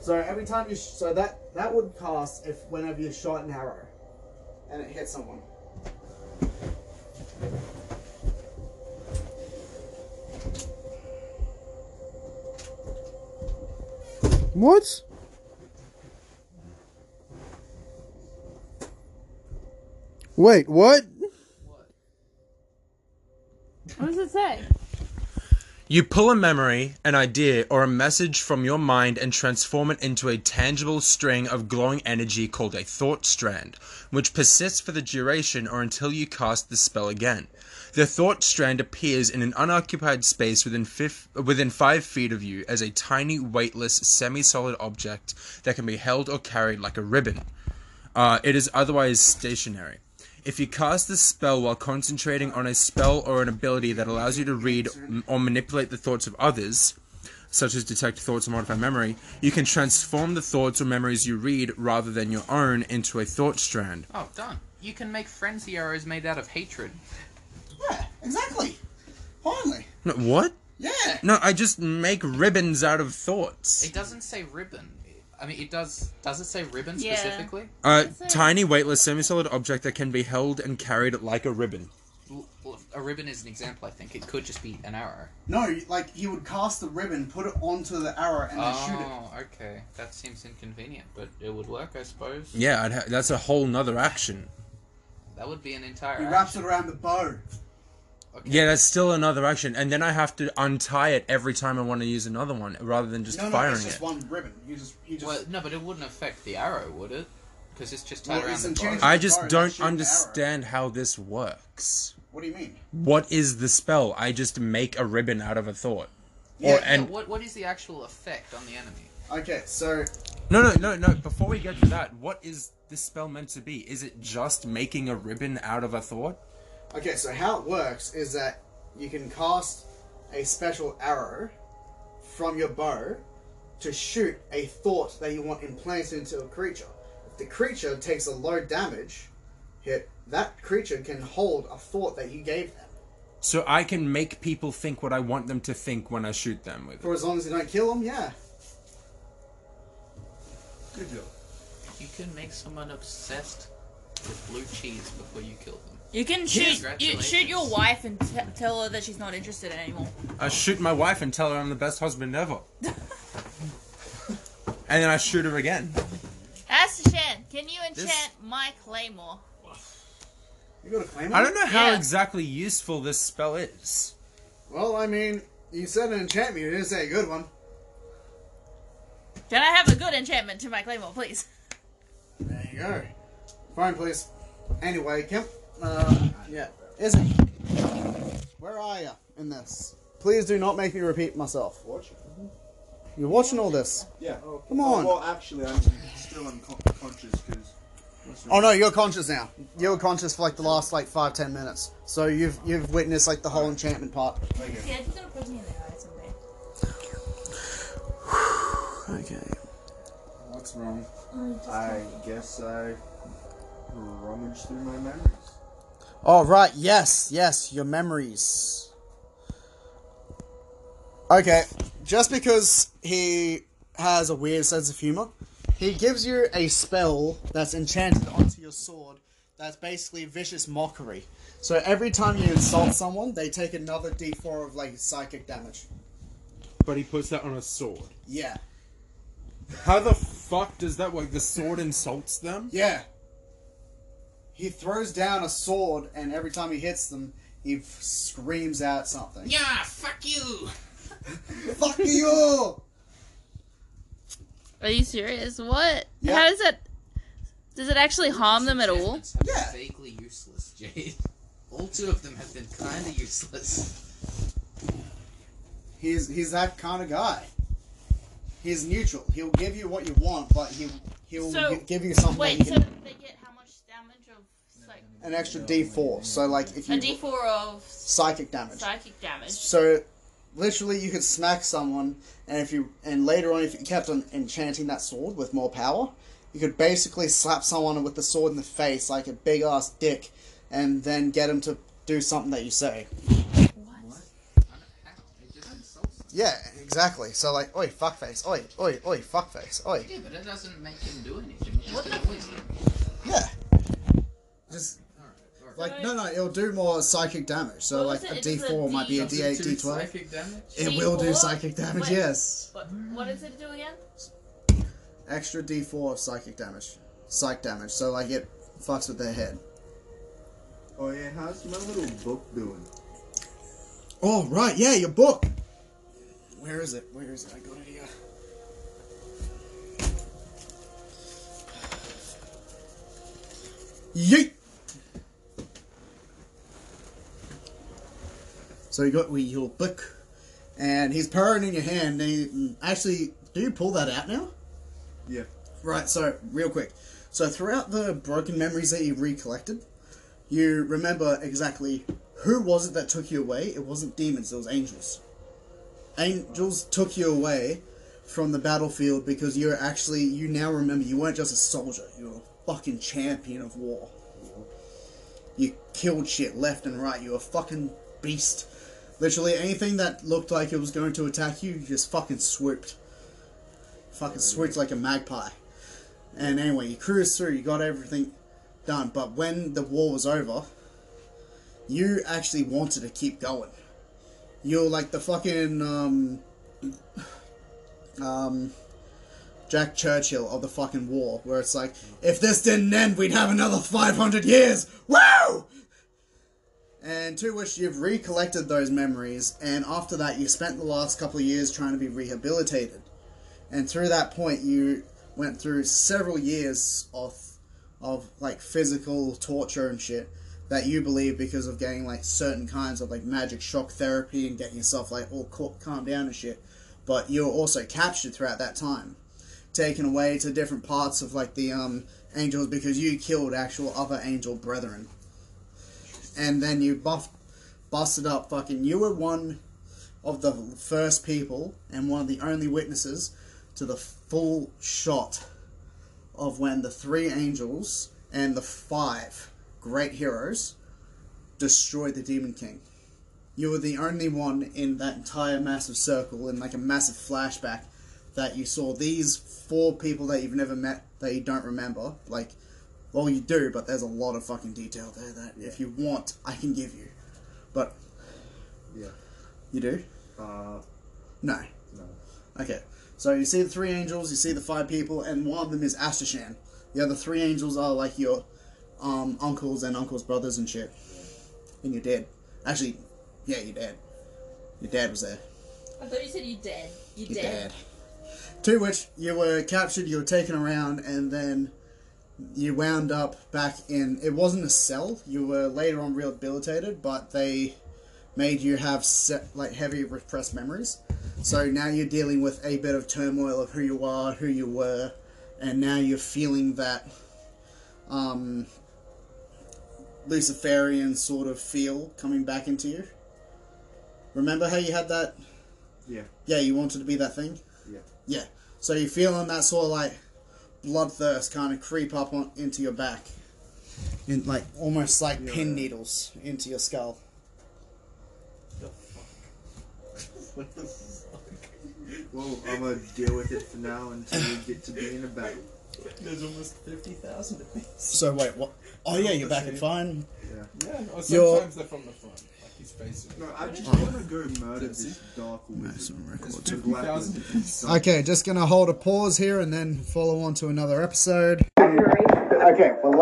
[SPEAKER 2] So every time you, sh- so that that would cast if whenever you shot an arrow, and it hit someone. What? Wait, what?
[SPEAKER 5] What does it say?
[SPEAKER 4] You pull a memory, an idea, or a message from your mind and transform it into a tangible string of glowing energy called a thought strand, which persists for the duration or until you cast the spell again. The thought strand appears in an unoccupied space within, fif- within five feet of you as a tiny, weightless, semi solid object that can be held or carried like a ribbon. Uh, it is otherwise stationary. If you cast this spell while concentrating on a spell or an ability that allows you to read m- or manipulate the thoughts of others, such as detect thoughts and modify memory, you can transform the thoughts or memories you read rather than your own into a thought strand.
[SPEAKER 3] Oh, done. You can make frenzy arrows made out of hatred.
[SPEAKER 2] Yeah, exactly. Finally.
[SPEAKER 4] No, what?
[SPEAKER 2] Yeah.
[SPEAKER 4] No, I just make ribbons out of thoughts.
[SPEAKER 3] It doesn't say ribbon. I mean, it does. Does it say ribbon
[SPEAKER 5] Yeah.
[SPEAKER 3] specifically?
[SPEAKER 4] A
[SPEAKER 5] That's it.
[SPEAKER 4] tiny, weightless, semi-solid object that can be held and carried like a ribbon.
[SPEAKER 3] L- l- A ribbon is an example, I think. It could just be an arrow.
[SPEAKER 2] No, like he would cast the ribbon, put it onto the arrow, and then shoot it.
[SPEAKER 3] oh, okay. That seems inconvenient, but it would work, I suppose.
[SPEAKER 4] Yeah, I'd ha- that's a whole nother action.
[SPEAKER 3] That would be an entire.
[SPEAKER 2] He
[SPEAKER 3] action.
[SPEAKER 2] wraps it around the bow.
[SPEAKER 3] Okay.
[SPEAKER 4] Yeah, that's still another action, and then I have to untie it every time I want to use another one, rather than just
[SPEAKER 2] no, no,
[SPEAKER 4] firing
[SPEAKER 2] it's just
[SPEAKER 4] it.
[SPEAKER 2] one ribbon. You just, you just.
[SPEAKER 3] Well, no, but it wouldn't affect the arrow, would it? Because it's just
[SPEAKER 2] Well,
[SPEAKER 3] tied around
[SPEAKER 2] it's
[SPEAKER 3] the
[SPEAKER 2] enchanted.
[SPEAKER 3] bow.
[SPEAKER 4] I
[SPEAKER 2] Sorry,
[SPEAKER 4] just
[SPEAKER 2] shoot
[SPEAKER 4] don't
[SPEAKER 2] the arrow.
[SPEAKER 4] understand how this works.
[SPEAKER 2] What do you mean?
[SPEAKER 4] What is the spell? I just make a ribbon out of a thought.
[SPEAKER 2] Yeah,
[SPEAKER 4] or and
[SPEAKER 3] Yeah, what what is the actual effect on the enemy?
[SPEAKER 2] Okay, so
[SPEAKER 4] no, no, no, no. Before we get to that, what is this spell meant to be? Is it just making a ribbon out of a thought?
[SPEAKER 2] Okay, so how it works is that you can cast a special arrow from your bow to shoot a thought that you want implanted into a creature. If the creature takes a low damage hit, that creature can hold a thought that you gave them
[SPEAKER 4] So I can make people think what I want them to think when I shoot them with it.
[SPEAKER 2] for as long as you don't kill them. Yeah,
[SPEAKER 1] Good job.
[SPEAKER 3] You can make someone obsessed with blue cheese before you kill them.
[SPEAKER 5] You can shoot. You
[SPEAKER 3] Congratulations.
[SPEAKER 5] shoot your wife and t- tell her that she's not interested anymore.
[SPEAKER 4] I shoot my wife and tell her I'm the best husband ever. and then I shoot her again.
[SPEAKER 5] Ashen, can you enchant
[SPEAKER 4] This-
[SPEAKER 5] my claymore?
[SPEAKER 2] you got a claim.
[SPEAKER 4] I don't know how
[SPEAKER 5] Yeah.
[SPEAKER 4] exactly useful this spell is.
[SPEAKER 2] Well, I mean, you said an enchantment. You didn't say a good one.
[SPEAKER 5] Can I have a good enchantment to my claymore, please?
[SPEAKER 2] There you go. Fine, please. Anyway, Kemp. Uh, yeah. Izzy. Where are you in this? Please do not make me repeat myself.
[SPEAKER 1] Watch.
[SPEAKER 2] You're watching all this.
[SPEAKER 1] Yeah. Oh,
[SPEAKER 2] Come
[SPEAKER 1] oh,
[SPEAKER 2] on.
[SPEAKER 1] well, actually, I'm still unconscious because.
[SPEAKER 2] Oh no, you're conscious now. You were conscious for like the last like five ten minutes. So you've you've witnessed like the whole enchantment part.
[SPEAKER 5] Yeah, she's gonna put me in the eye someday.
[SPEAKER 2] Okay.
[SPEAKER 1] What's wrong?
[SPEAKER 5] I'm just
[SPEAKER 1] I guess I rummaged through my memories.
[SPEAKER 2] Oh right, yes, yes, your memories. Okay, just because he has a weird sense of humor, he gives you a spell that's enchanted onto your sword that's basically vicious mockery. So every time you insult someone, they take another d4 of like psychic damage.
[SPEAKER 4] But he puts that on a sword.
[SPEAKER 2] Yeah.
[SPEAKER 4] How the fuck does that work? The sword insults them?
[SPEAKER 2] Yeah. He throws down a sword and every time he hits them, he f- screams out something.
[SPEAKER 3] Yeah, fuck you.
[SPEAKER 2] Fuck you!
[SPEAKER 5] Are you serious? What?
[SPEAKER 2] Yeah.
[SPEAKER 5] How does that? Does it actually harm them at all?
[SPEAKER 3] Enchantments have been
[SPEAKER 2] Yeah.
[SPEAKER 3] Vaguely useless, Jade. All two of them have been kind of useless.
[SPEAKER 2] He's he's that kind of guy. He's neutral. He'll give you what you want, but he he'll
[SPEAKER 5] So,
[SPEAKER 2] gi- give you something that
[SPEAKER 5] Wait,
[SPEAKER 2] Oh, you
[SPEAKER 5] so
[SPEAKER 2] can-
[SPEAKER 5] they get how much damage of like
[SPEAKER 2] an extra D four. So like if
[SPEAKER 5] a
[SPEAKER 2] you
[SPEAKER 5] D four of
[SPEAKER 2] psychic damage.
[SPEAKER 5] psychic damage?
[SPEAKER 2] So literally, you could smack someone, and if you and later on, if you kept on enchanting that sword with more power, you could basically slap someone with the sword in the face like a big ass dick, and then get him to do something that you say.
[SPEAKER 5] What?
[SPEAKER 3] I don't know how. It just insults them.
[SPEAKER 2] Yeah, exactly. So like, oi, fuckface, oi, oi, oi, fuckface, oi.
[SPEAKER 3] Yeah, but it doesn't make him do anything. It just
[SPEAKER 5] What the-
[SPEAKER 3] annoys them.
[SPEAKER 2] Yeah. Just
[SPEAKER 3] Alright, alright.
[SPEAKER 2] Like no, no, it'll do more psychic damage. So
[SPEAKER 5] What
[SPEAKER 2] like
[SPEAKER 5] was
[SPEAKER 2] a
[SPEAKER 5] it?
[SPEAKER 2] D
[SPEAKER 5] It
[SPEAKER 2] four
[SPEAKER 5] was a
[SPEAKER 2] might be a D eight, D
[SPEAKER 3] Substitute
[SPEAKER 2] twelve.
[SPEAKER 3] Psychic damage.
[SPEAKER 2] It will do
[SPEAKER 5] D4?
[SPEAKER 2] psychic damage.
[SPEAKER 5] Wait.
[SPEAKER 2] Yes,
[SPEAKER 5] What, what does it do again?
[SPEAKER 2] extra D four psychic damage, psych damage. So like it fucks with their head.
[SPEAKER 1] Oh yeah, how's my little book doing?
[SPEAKER 2] Oh right, yeah, your book. Where is it? Where is it? I got it here. Yeet. So you got with your book, and he's powering in your hand. And he, mm, actually, do you pull that out now?
[SPEAKER 1] Yeah.
[SPEAKER 2] Right, so real quick. So throughout the broken memories that you recollected, you remember exactly who was it that took you away. It wasn't demons, it was angels. angels took you away from the battlefield because you're actually you now remember you weren't just a soldier, you were a fucking champion of war. You killed shit left and right, you were a fucking beast. Literally anything that looked like it was going to attack you, you just fucking swooped. Fucking swooped like a magpie. And anyway, you cruised through, you got everything done. But when the war was over, you actually wanted to keep going. You're like the fucking um, um, Jack Churchill of the fucking war, where it's like, if this didn't end, we'd have another 500 years! Woo! And to which you've recollected those memories, and after that, you spent the last couple of years trying to be rehabilitated. And through that point, you went through several years of, of like physical torture and shit that you believe because of getting like certain kinds of like magic shock therapy and getting yourself like all cal- calmed down and shit. But you're also captured throughout that time, taken away to different parts of like the um angels because you killed actual other angel brethren, and then you buff busted up fucking. You were one of the first people and one of the only witnesses to the full shot of when the three angels and the five great heroes destroyed the Demon King. You were the only one in that entire massive circle, in like a massive flashback, that you saw these four people that you've never met, that you don't remember. Like, well, you do, but there's a lot of fucking detail there that if you want, I can give you. But
[SPEAKER 1] Yeah.
[SPEAKER 2] you do?
[SPEAKER 1] Uh,
[SPEAKER 2] No.
[SPEAKER 1] no.
[SPEAKER 2] Okay. So you see the three angels, you see the five people, and one of them is Astashan. The other three angels are like your um, uncles and uncles' brothers and shit. And your dad. Actually, yeah, your dad. Your dad was there.
[SPEAKER 5] I thought you said you're dead. You're,
[SPEAKER 2] Your
[SPEAKER 5] dead.
[SPEAKER 2] dad. To which you were captured, you were taken around, and then you wound up back in. It wasn't a cell. You were later on rehabilitated, but they made you have set, like heavy repressed memories. So now you're dealing with a bit of turmoil of who you are, who you were, and now you're feeling that um, Luciferian sort of feel coming back into you. Remember how you had that
[SPEAKER 1] Yeah.
[SPEAKER 2] yeah, you wanted to be that thing.
[SPEAKER 1] Yeah.
[SPEAKER 2] Yeah. So you're feeling that sort of like bloodthirst kind of creep up on, into your back, in like almost like pin needles into your skull.
[SPEAKER 1] Well, I'm gonna deal with it for now until we get to be in a battle.
[SPEAKER 4] There's almost 50,000 of these.
[SPEAKER 2] So wait, what? Oh yeah, you're back and
[SPEAKER 4] Okay.
[SPEAKER 2] fine.
[SPEAKER 1] Yeah.
[SPEAKER 4] Yeah, or sometimes
[SPEAKER 2] You're-
[SPEAKER 4] they're from the front. Like he's facing.
[SPEAKER 1] No, I just wanna go murder this dark wizard. The black
[SPEAKER 4] 50,000
[SPEAKER 1] wizard.
[SPEAKER 4] of these.
[SPEAKER 2] Okay, just gonna hold a pause here and then follow on to another episode.
[SPEAKER 6] Operation.
[SPEAKER 2] Okay, well.